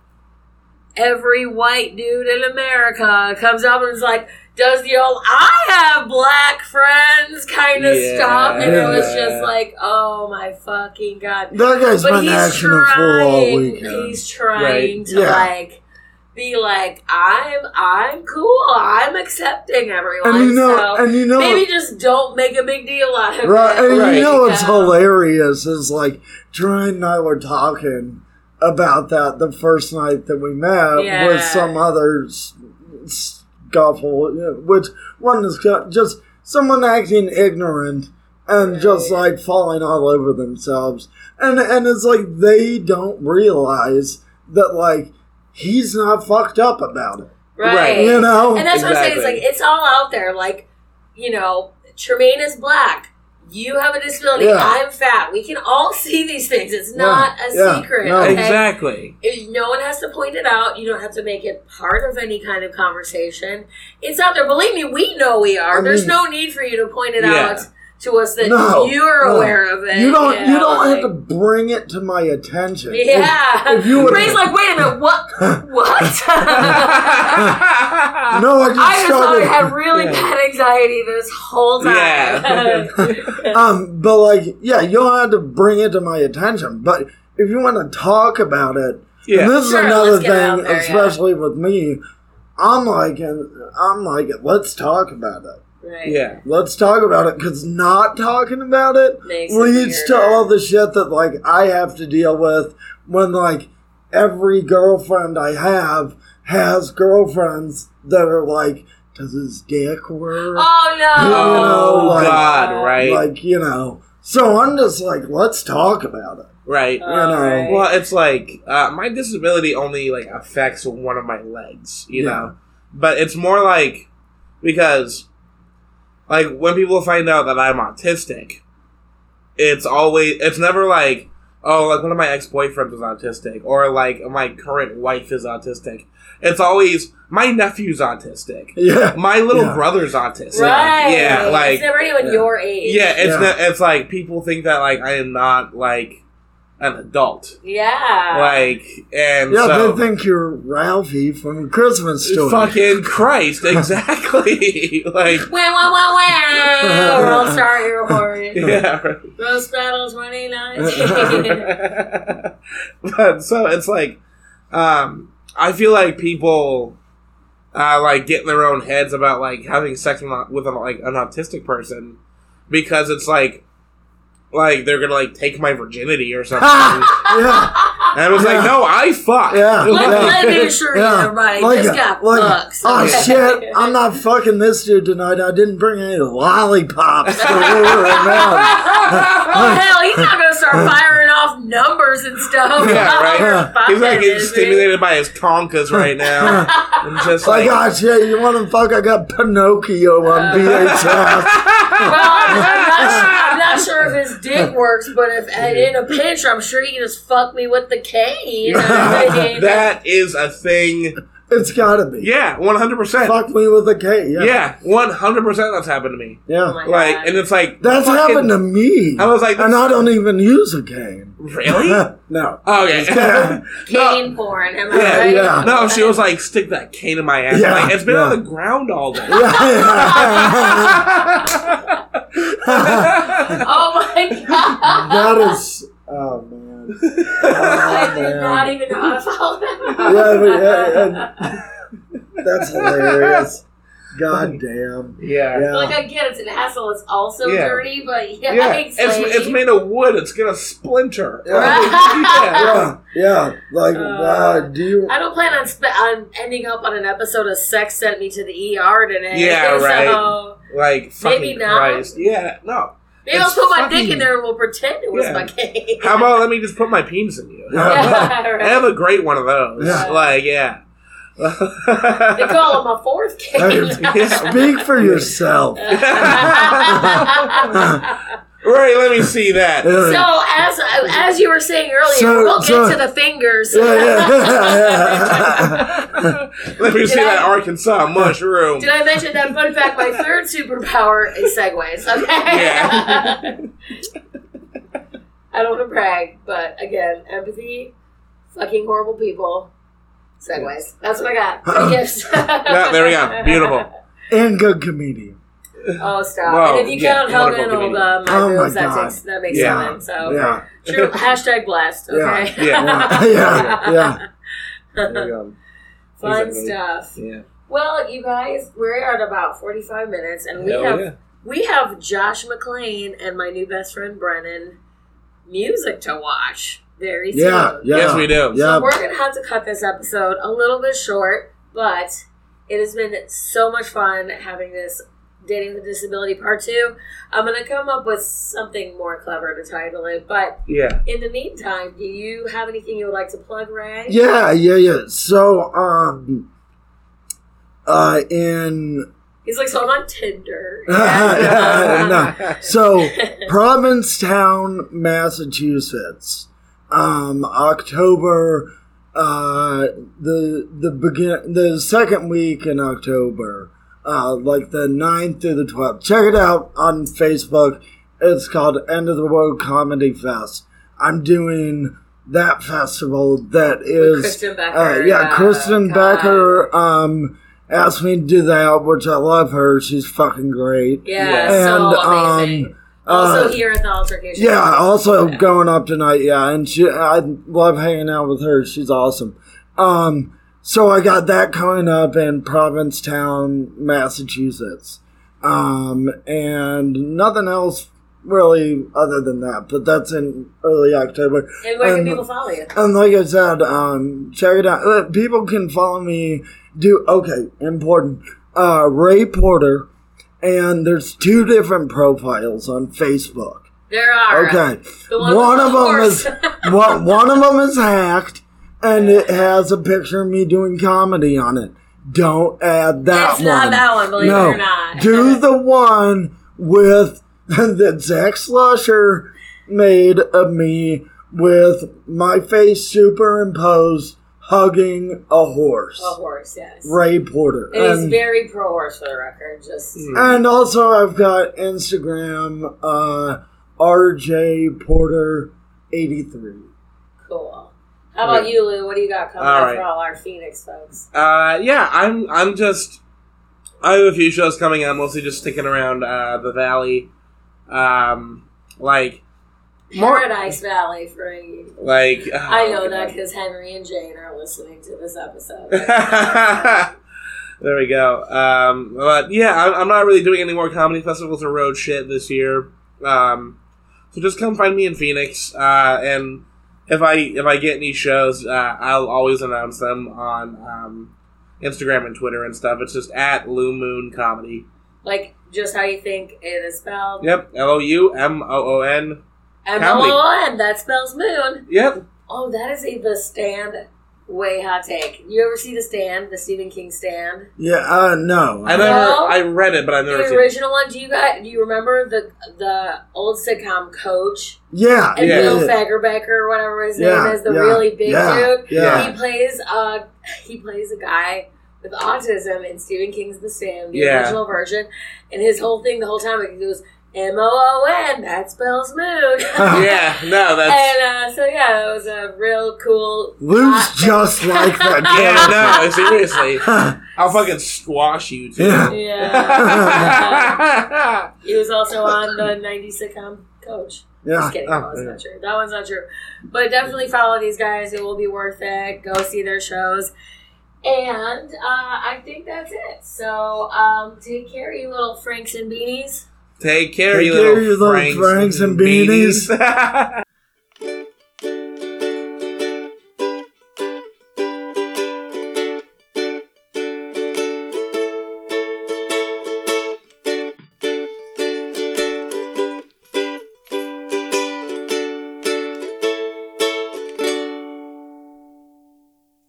Speaker 2: every white dude in America comes up and is like, does the old I have black friends kind of
Speaker 3: Yeah.
Speaker 2: stuff? And it was just
Speaker 3: Yeah.
Speaker 2: like, oh my fucking god.
Speaker 4: that guy's
Speaker 2: But
Speaker 4: been
Speaker 2: he's
Speaker 4: acting a fool all
Speaker 2: trying.
Speaker 4: weekend
Speaker 2: He's trying
Speaker 3: Right.
Speaker 2: to
Speaker 4: Yeah.
Speaker 2: like be like, I'm I'm cool. I'm accepting everyone.
Speaker 4: and you know
Speaker 2: so
Speaker 4: and you know
Speaker 2: maybe just don't make a big deal out of
Speaker 4: Right,
Speaker 2: it.
Speaker 4: and
Speaker 3: Right.
Speaker 4: you know what's
Speaker 2: Yeah.
Speaker 4: hilarious is like Troy and I were talking about that the first night that we met
Speaker 2: Yeah.
Speaker 4: with some other s- scuffle, you know, which one is scu- just someone acting ignorant and just like falling all over themselves, and and it's like they don't realize that like he's not fucked up about it,
Speaker 2: right?
Speaker 3: Right.
Speaker 4: you know.
Speaker 2: And that's what I'm saying. It's
Speaker 3: Exactly.
Speaker 2: like it's all out there. Like you know, Tremaine is black. You have a disability.
Speaker 4: Yeah.
Speaker 2: I'm fat. We can all see these things. It's
Speaker 4: Yeah.
Speaker 2: not a
Speaker 4: Yeah.
Speaker 2: secret.
Speaker 4: No.
Speaker 2: Okay?
Speaker 3: Exactly.
Speaker 2: It- no one has to point it out. You don't have to make it part of any kind of conversation. It's out there. Believe me, we know we are.
Speaker 4: I mean-
Speaker 2: There's no need for you to point it
Speaker 3: Yeah.
Speaker 2: out to us that
Speaker 4: No,
Speaker 2: you're
Speaker 4: no.
Speaker 2: aware of it.
Speaker 4: you don't.
Speaker 2: know,
Speaker 4: You don't have to
Speaker 2: like-
Speaker 4: bring it to my attention. If-
Speaker 2: Yeah.
Speaker 4: if you would-
Speaker 2: Ray's like, wait a minute, what? what? Yeah.
Speaker 4: No, I just
Speaker 2: I just thought I
Speaker 4: started.
Speaker 2: had really
Speaker 3: Yeah.
Speaker 2: bad anxiety this whole time.
Speaker 3: Yeah.
Speaker 4: um, but like, yeah, you'll have to bring it to my attention. But if you want to talk about it,
Speaker 3: Yeah.
Speaker 4: and this
Speaker 2: Sure,
Speaker 4: is another
Speaker 2: let's get it out
Speaker 4: thing,
Speaker 2: there, yeah.
Speaker 4: especially with me, I'm like, and I'm like, let's talk about it.
Speaker 2: right.
Speaker 3: yeah.
Speaker 4: Let's talk about it because not talking about it
Speaker 2: Makes it
Speaker 4: leads to
Speaker 2: weirder.
Speaker 4: all the shit that like I have to deal with when like every girlfriend I have has girlfriends that are like, does his dick work?
Speaker 2: Oh no.
Speaker 3: Oh,
Speaker 4: know, like-
Speaker 3: God, right?
Speaker 4: Like you know. So I'm just like, let's talk about it.
Speaker 3: right.
Speaker 2: Oh,
Speaker 4: know,
Speaker 2: right.
Speaker 3: Well, it's like uh, my disability only like affects one of my legs, you
Speaker 4: Yeah.
Speaker 3: know. But it's more like because like when people find out that I'm autistic, it's always it's never like oh like one of my ex boyfriends is autistic or like my current wife is autistic. It's always my nephew's autistic,
Speaker 4: Yeah.
Speaker 3: my little
Speaker 4: Yeah.
Speaker 3: brother's autistic.
Speaker 2: Right.
Speaker 3: Yeah, like
Speaker 2: it's never anyone
Speaker 4: yeah.
Speaker 2: your age.
Speaker 3: yeah, it's
Speaker 4: Yeah.
Speaker 3: Not, it's like people think that like I am not like an adult
Speaker 2: Yeah.
Speaker 3: like and
Speaker 4: Yeah,
Speaker 3: so
Speaker 4: they think you're Ralphie from Christmas Story.
Speaker 3: fucking Christ, exactly. like
Speaker 2: Wah, wah, wah, wah. World Star Airport.
Speaker 3: yeah, right.
Speaker 2: Rose Battle 29.
Speaker 3: but so it's like, um, I feel like people, uh, like get in their own heads about like having sex with, an- with an, like an autistic person because it's like, like they're gonna like take my virginity or something. and
Speaker 4: yeah,
Speaker 3: I was like, no, I fuck.
Speaker 4: Yeah.
Speaker 2: Let,
Speaker 4: Yeah.
Speaker 2: let me assure you,
Speaker 4: yeah.
Speaker 2: everybody, this guy fucks.
Speaker 4: oh
Speaker 2: okay?
Speaker 4: shit, I'm not fucking this dude tonight. I didn't bring any lollipops to lure him out.
Speaker 2: oh hell, he's not gonna start firing off numbers and stuff.
Speaker 3: Yeah, right.
Speaker 4: Yeah.
Speaker 2: Fuck
Speaker 3: He's like
Speaker 2: it,
Speaker 3: getting
Speaker 2: is he?
Speaker 3: stimulated by his conkas right now. and just
Speaker 4: Like,
Speaker 3: like,
Speaker 4: oh shit, you want to fuck? I got Pinocchio on VHS.
Speaker 2: Well, I'm not, sure, I'm not sure if his dick works, but if uh, in a pinch, I'm sure he can just fuck me with the K. You know what I mean?
Speaker 3: that is a thing.
Speaker 4: it's gotta be.
Speaker 3: Yeah, one hundred percent.
Speaker 4: Fuck me with a K. Yeah.
Speaker 3: Yeah, one hundred percent. That's happened to me.
Speaker 4: Yeah.
Speaker 2: Oh my
Speaker 3: Like,
Speaker 2: God.
Speaker 3: and it's like
Speaker 4: That's
Speaker 3: fucking-
Speaker 4: happened to me.
Speaker 3: I was like,
Speaker 4: and I don't even use a cane.
Speaker 3: really? Oh,
Speaker 4: no.
Speaker 3: Okay.
Speaker 4: Yeah.
Speaker 2: Cane porn. Am I
Speaker 3: Yeah,
Speaker 2: right?
Speaker 4: yeah.
Speaker 3: No, she was like, stick that cane in my ass.
Speaker 4: Yeah,
Speaker 3: Like, it's been
Speaker 4: yeah.
Speaker 3: on the ground all day.
Speaker 2: Oh my god!
Speaker 4: that is. Oh man.
Speaker 2: I
Speaker 4: Oh,
Speaker 2: did not even know how to follow that.
Speaker 4: yeah, but, uh, and- that's hilarious. God damn.
Speaker 3: yeah.
Speaker 4: Yeah.
Speaker 2: Like I get it's an asshole, it's also
Speaker 3: Yeah.
Speaker 2: dirty, but yeah,
Speaker 3: Yeah,
Speaker 2: it's,
Speaker 3: it's, it's made of wood. It's gonna splinter.
Speaker 4: Yeah.
Speaker 3: yeah.
Speaker 4: Yeah, yeah. Like,
Speaker 2: Uh,
Speaker 4: wow. Do you?
Speaker 2: I don't plan on sp- on ending up on an episode of Sex Sent Me to the ER today.
Speaker 3: Yeah,
Speaker 2: so
Speaker 3: right. Like fucking
Speaker 2: Maybe not.
Speaker 3: Christ. Yeah, no.
Speaker 2: Maybe
Speaker 3: It's
Speaker 2: I'll put my dick
Speaker 3: fucking-
Speaker 2: in there and we'll pretend it was
Speaker 3: Yeah.
Speaker 2: my cake.
Speaker 3: How about let me just put my penis in you?
Speaker 4: Yeah.
Speaker 2: yeah,
Speaker 3: I have
Speaker 2: right.
Speaker 3: a great one of those.
Speaker 4: Yeah.
Speaker 3: Like, yeah.
Speaker 2: They call it my fourth cake.
Speaker 4: Speak for yourself.
Speaker 2: Uh,
Speaker 3: right, let me see that.
Speaker 4: Yeah.
Speaker 2: so as as you were saying earlier,
Speaker 4: So-
Speaker 2: we'll get
Speaker 4: so-
Speaker 2: to the fingers.
Speaker 4: Yeah, yeah.
Speaker 3: Let me see
Speaker 2: Did I-
Speaker 3: that Arkansas mushroom.
Speaker 2: Did I mention that fun fact? My third superpower is segways. Okay.
Speaker 3: Yeah.
Speaker 2: I don't want to brag, but again, empathy, fucking horrible people, segways. That's what I got. Three gifts.
Speaker 3: No, there we go. Beautiful.
Speaker 4: and good comedian.
Speaker 2: Oh, stop.
Speaker 3: Wow,
Speaker 2: and if you
Speaker 3: yeah,
Speaker 2: count Helga and
Speaker 3: wonderful
Speaker 2: Olga, my
Speaker 4: Oh my
Speaker 2: boobs, that
Speaker 4: God.
Speaker 2: takes, that makes
Speaker 3: Yeah.
Speaker 2: seven. So
Speaker 4: Yeah,
Speaker 2: true. Hashtag blessed.
Speaker 4: Yeah,
Speaker 2: Okay.
Speaker 4: yeah, yeah, yeah.
Speaker 3: There we go.
Speaker 2: Fun
Speaker 3: Exactly.
Speaker 2: stuff.
Speaker 3: Yeah.
Speaker 2: Well, you guys, we're at about forty-five minutes, and we
Speaker 3: Hell
Speaker 2: have
Speaker 3: yeah.
Speaker 2: we have Josh McLean and my new best friend Brennan music to watch very soon.
Speaker 4: Yeah, yeah.
Speaker 3: Yes, we do.
Speaker 4: Yeah.
Speaker 2: We're gonna have to cut this episode a little bit short, but it has been so much fun having this dating with disability part two. I'm gonna come up with something more clever to title it, but
Speaker 3: Yeah.
Speaker 2: in the meantime, do you have anything you would like to plug, Ray?
Speaker 4: Yeah, yeah, yeah. So, um, uh, in
Speaker 2: He's like, so I'm on Tinder.
Speaker 4: yeah, no. So, Provincetown, Massachusetts, um, October, uh, the the begin the second week in October, uh, like the 9th through the twelfth. Check it out on Facebook. It's called End of the World Comedy Fest. I'm doing that festival that is
Speaker 2: Kristen Becker,
Speaker 4: uh, yeah,
Speaker 2: uh,
Speaker 4: Kristen
Speaker 2: God.
Speaker 4: Becker um, asked me to do that, which I love her. She's fucking great.
Speaker 2: Yeah,
Speaker 3: Yeah.
Speaker 2: so
Speaker 4: And, um,
Speaker 2: amazing.
Speaker 4: uh,
Speaker 2: also here at the altercation.
Speaker 4: Yeah, also
Speaker 2: Yeah.
Speaker 4: going up tonight. Yeah, and she, I love hanging out with her. She's awesome. Um, so I got that coming up in Provincetown, Massachusetts, um, and nothing else really other than that. But that's in early October.
Speaker 2: And where can
Speaker 4: And-
Speaker 2: people follow you?
Speaker 4: And like I said, um, check it out. Uh, People can follow me. Do okay, important. Uh, Ray Porter, and there's two different profiles on Facebook.
Speaker 2: There are.
Speaker 4: Okay,
Speaker 2: The
Speaker 4: one,
Speaker 2: one
Speaker 4: of
Speaker 2: with the
Speaker 4: them is one, one of them is hacked, and it has a picture of me doing comedy on it. Don't add that
Speaker 2: That's
Speaker 4: one.
Speaker 2: not that one, believe
Speaker 4: no,
Speaker 2: it or not.
Speaker 4: do the one with that Zach Slusher made of me with my face superimposed hugging a horse.
Speaker 2: A horse, yes.
Speaker 4: Ray Porter.
Speaker 2: And he's
Speaker 4: And- Hmm.
Speaker 2: very pro horse for the record. Just
Speaker 4: and also, I've got Instagram, uh, RJ Porter 83.
Speaker 2: cool. How about you, Lou? What do you got coming
Speaker 3: All
Speaker 2: up
Speaker 3: right.
Speaker 2: for all our Phoenix folks?
Speaker 3: Uh, yeah, I'm I'm just I have a few shows coming. I'm mostly just sticking around uh, the valley, um, like
Speaker 2: Paradise Valley for you.
Speaker 3: like
Speaker 2: I
Speaker 3: oh,
Speaker 2: know
Speaker 3: God.
Speaker 2: that because Henry and Jane are listening to this episode.
Speaker 3: there we go. Um, but yeah, I'm, I'm not really doing any more comedy festivals or road shit this year. Um, so just come find me in Phoenix, uh, and if I if I get any shows, uh, I'll always announce them on um, Instagram and Twitter and stuff. It's just at Lou Moon Comedy.
Speaker 2: like just how you think it is spelled.
Speaker 3: Yep, L O U M O O N.
Speaker 2: M O O N. That spells moon.
Speaker 3: Yep.
Speaker 2: Oh, that is a the stand way hot take. You ever see the stand, the Stephen King stand?
Speaker 4: Yeah, uh, no.
Speaker 3: I never
Speaker 2: Well,
Speaker 3: I read it, but I've never
Speaker 2: The
Speaker 3: seen it.
Speaker 2: original one. Do you got? Do you remember the the old sitcom Coach
Speaker 4: yeah.
Speaker 2: and
Speaker 3: Yeah.
Speaker 2: Bill Fagerbecker or whatever his
Speaker 4: Yeah,
Speaker 2: name is, the
Speaker 4: yeah,
Speaker 2: really big
Speaker 4: yeah,
Speaker 2: dude?
Speaker 4: yeah.
Speaker 2: He plays uh he plays a guy with autism in Stephen King's The Stand, the
Speaker 3: Yeah.
Speaker 2: original version, and his whole thing the whole time he goes M O O N. That spells moon.
Speaker 3: Yeah, no, that's
Speaker 2: And uh, so yeah, it was a real cool.
Speaker 4: Lou's
Speaker 2: hot take.
Speaker 4: just like that.
Speaker 3: yeah, no, seriously.
Speaker 4: Yeah.
Speaker 3: I'll fucking squash you too.
Speaker 4: Yeah.
Speaker 2: Yeah. He was also on the 90 sitcom Coach.
Speaker 4: Ah, yeah.
Speaker 2: Just kidding.
Speaker 3: oh,
Speaker 2: that one's
Speaker 3: yeah.
Speaker 2: not true. That one's not true. But definitely follow these guys. It will be worth it. Go see their shows. And uh, I think that's it. So um, take care, you little Franks and Beanies.
Speaker 3: Take care,
Speaker 4: Take
Speaker 3: you
Speaker 4: care,
Speaker 3: little
Speaker 4: you little
Speaker 3: Franks,
Speaker 4: Franks and beanies.
Speaker 3: beanies.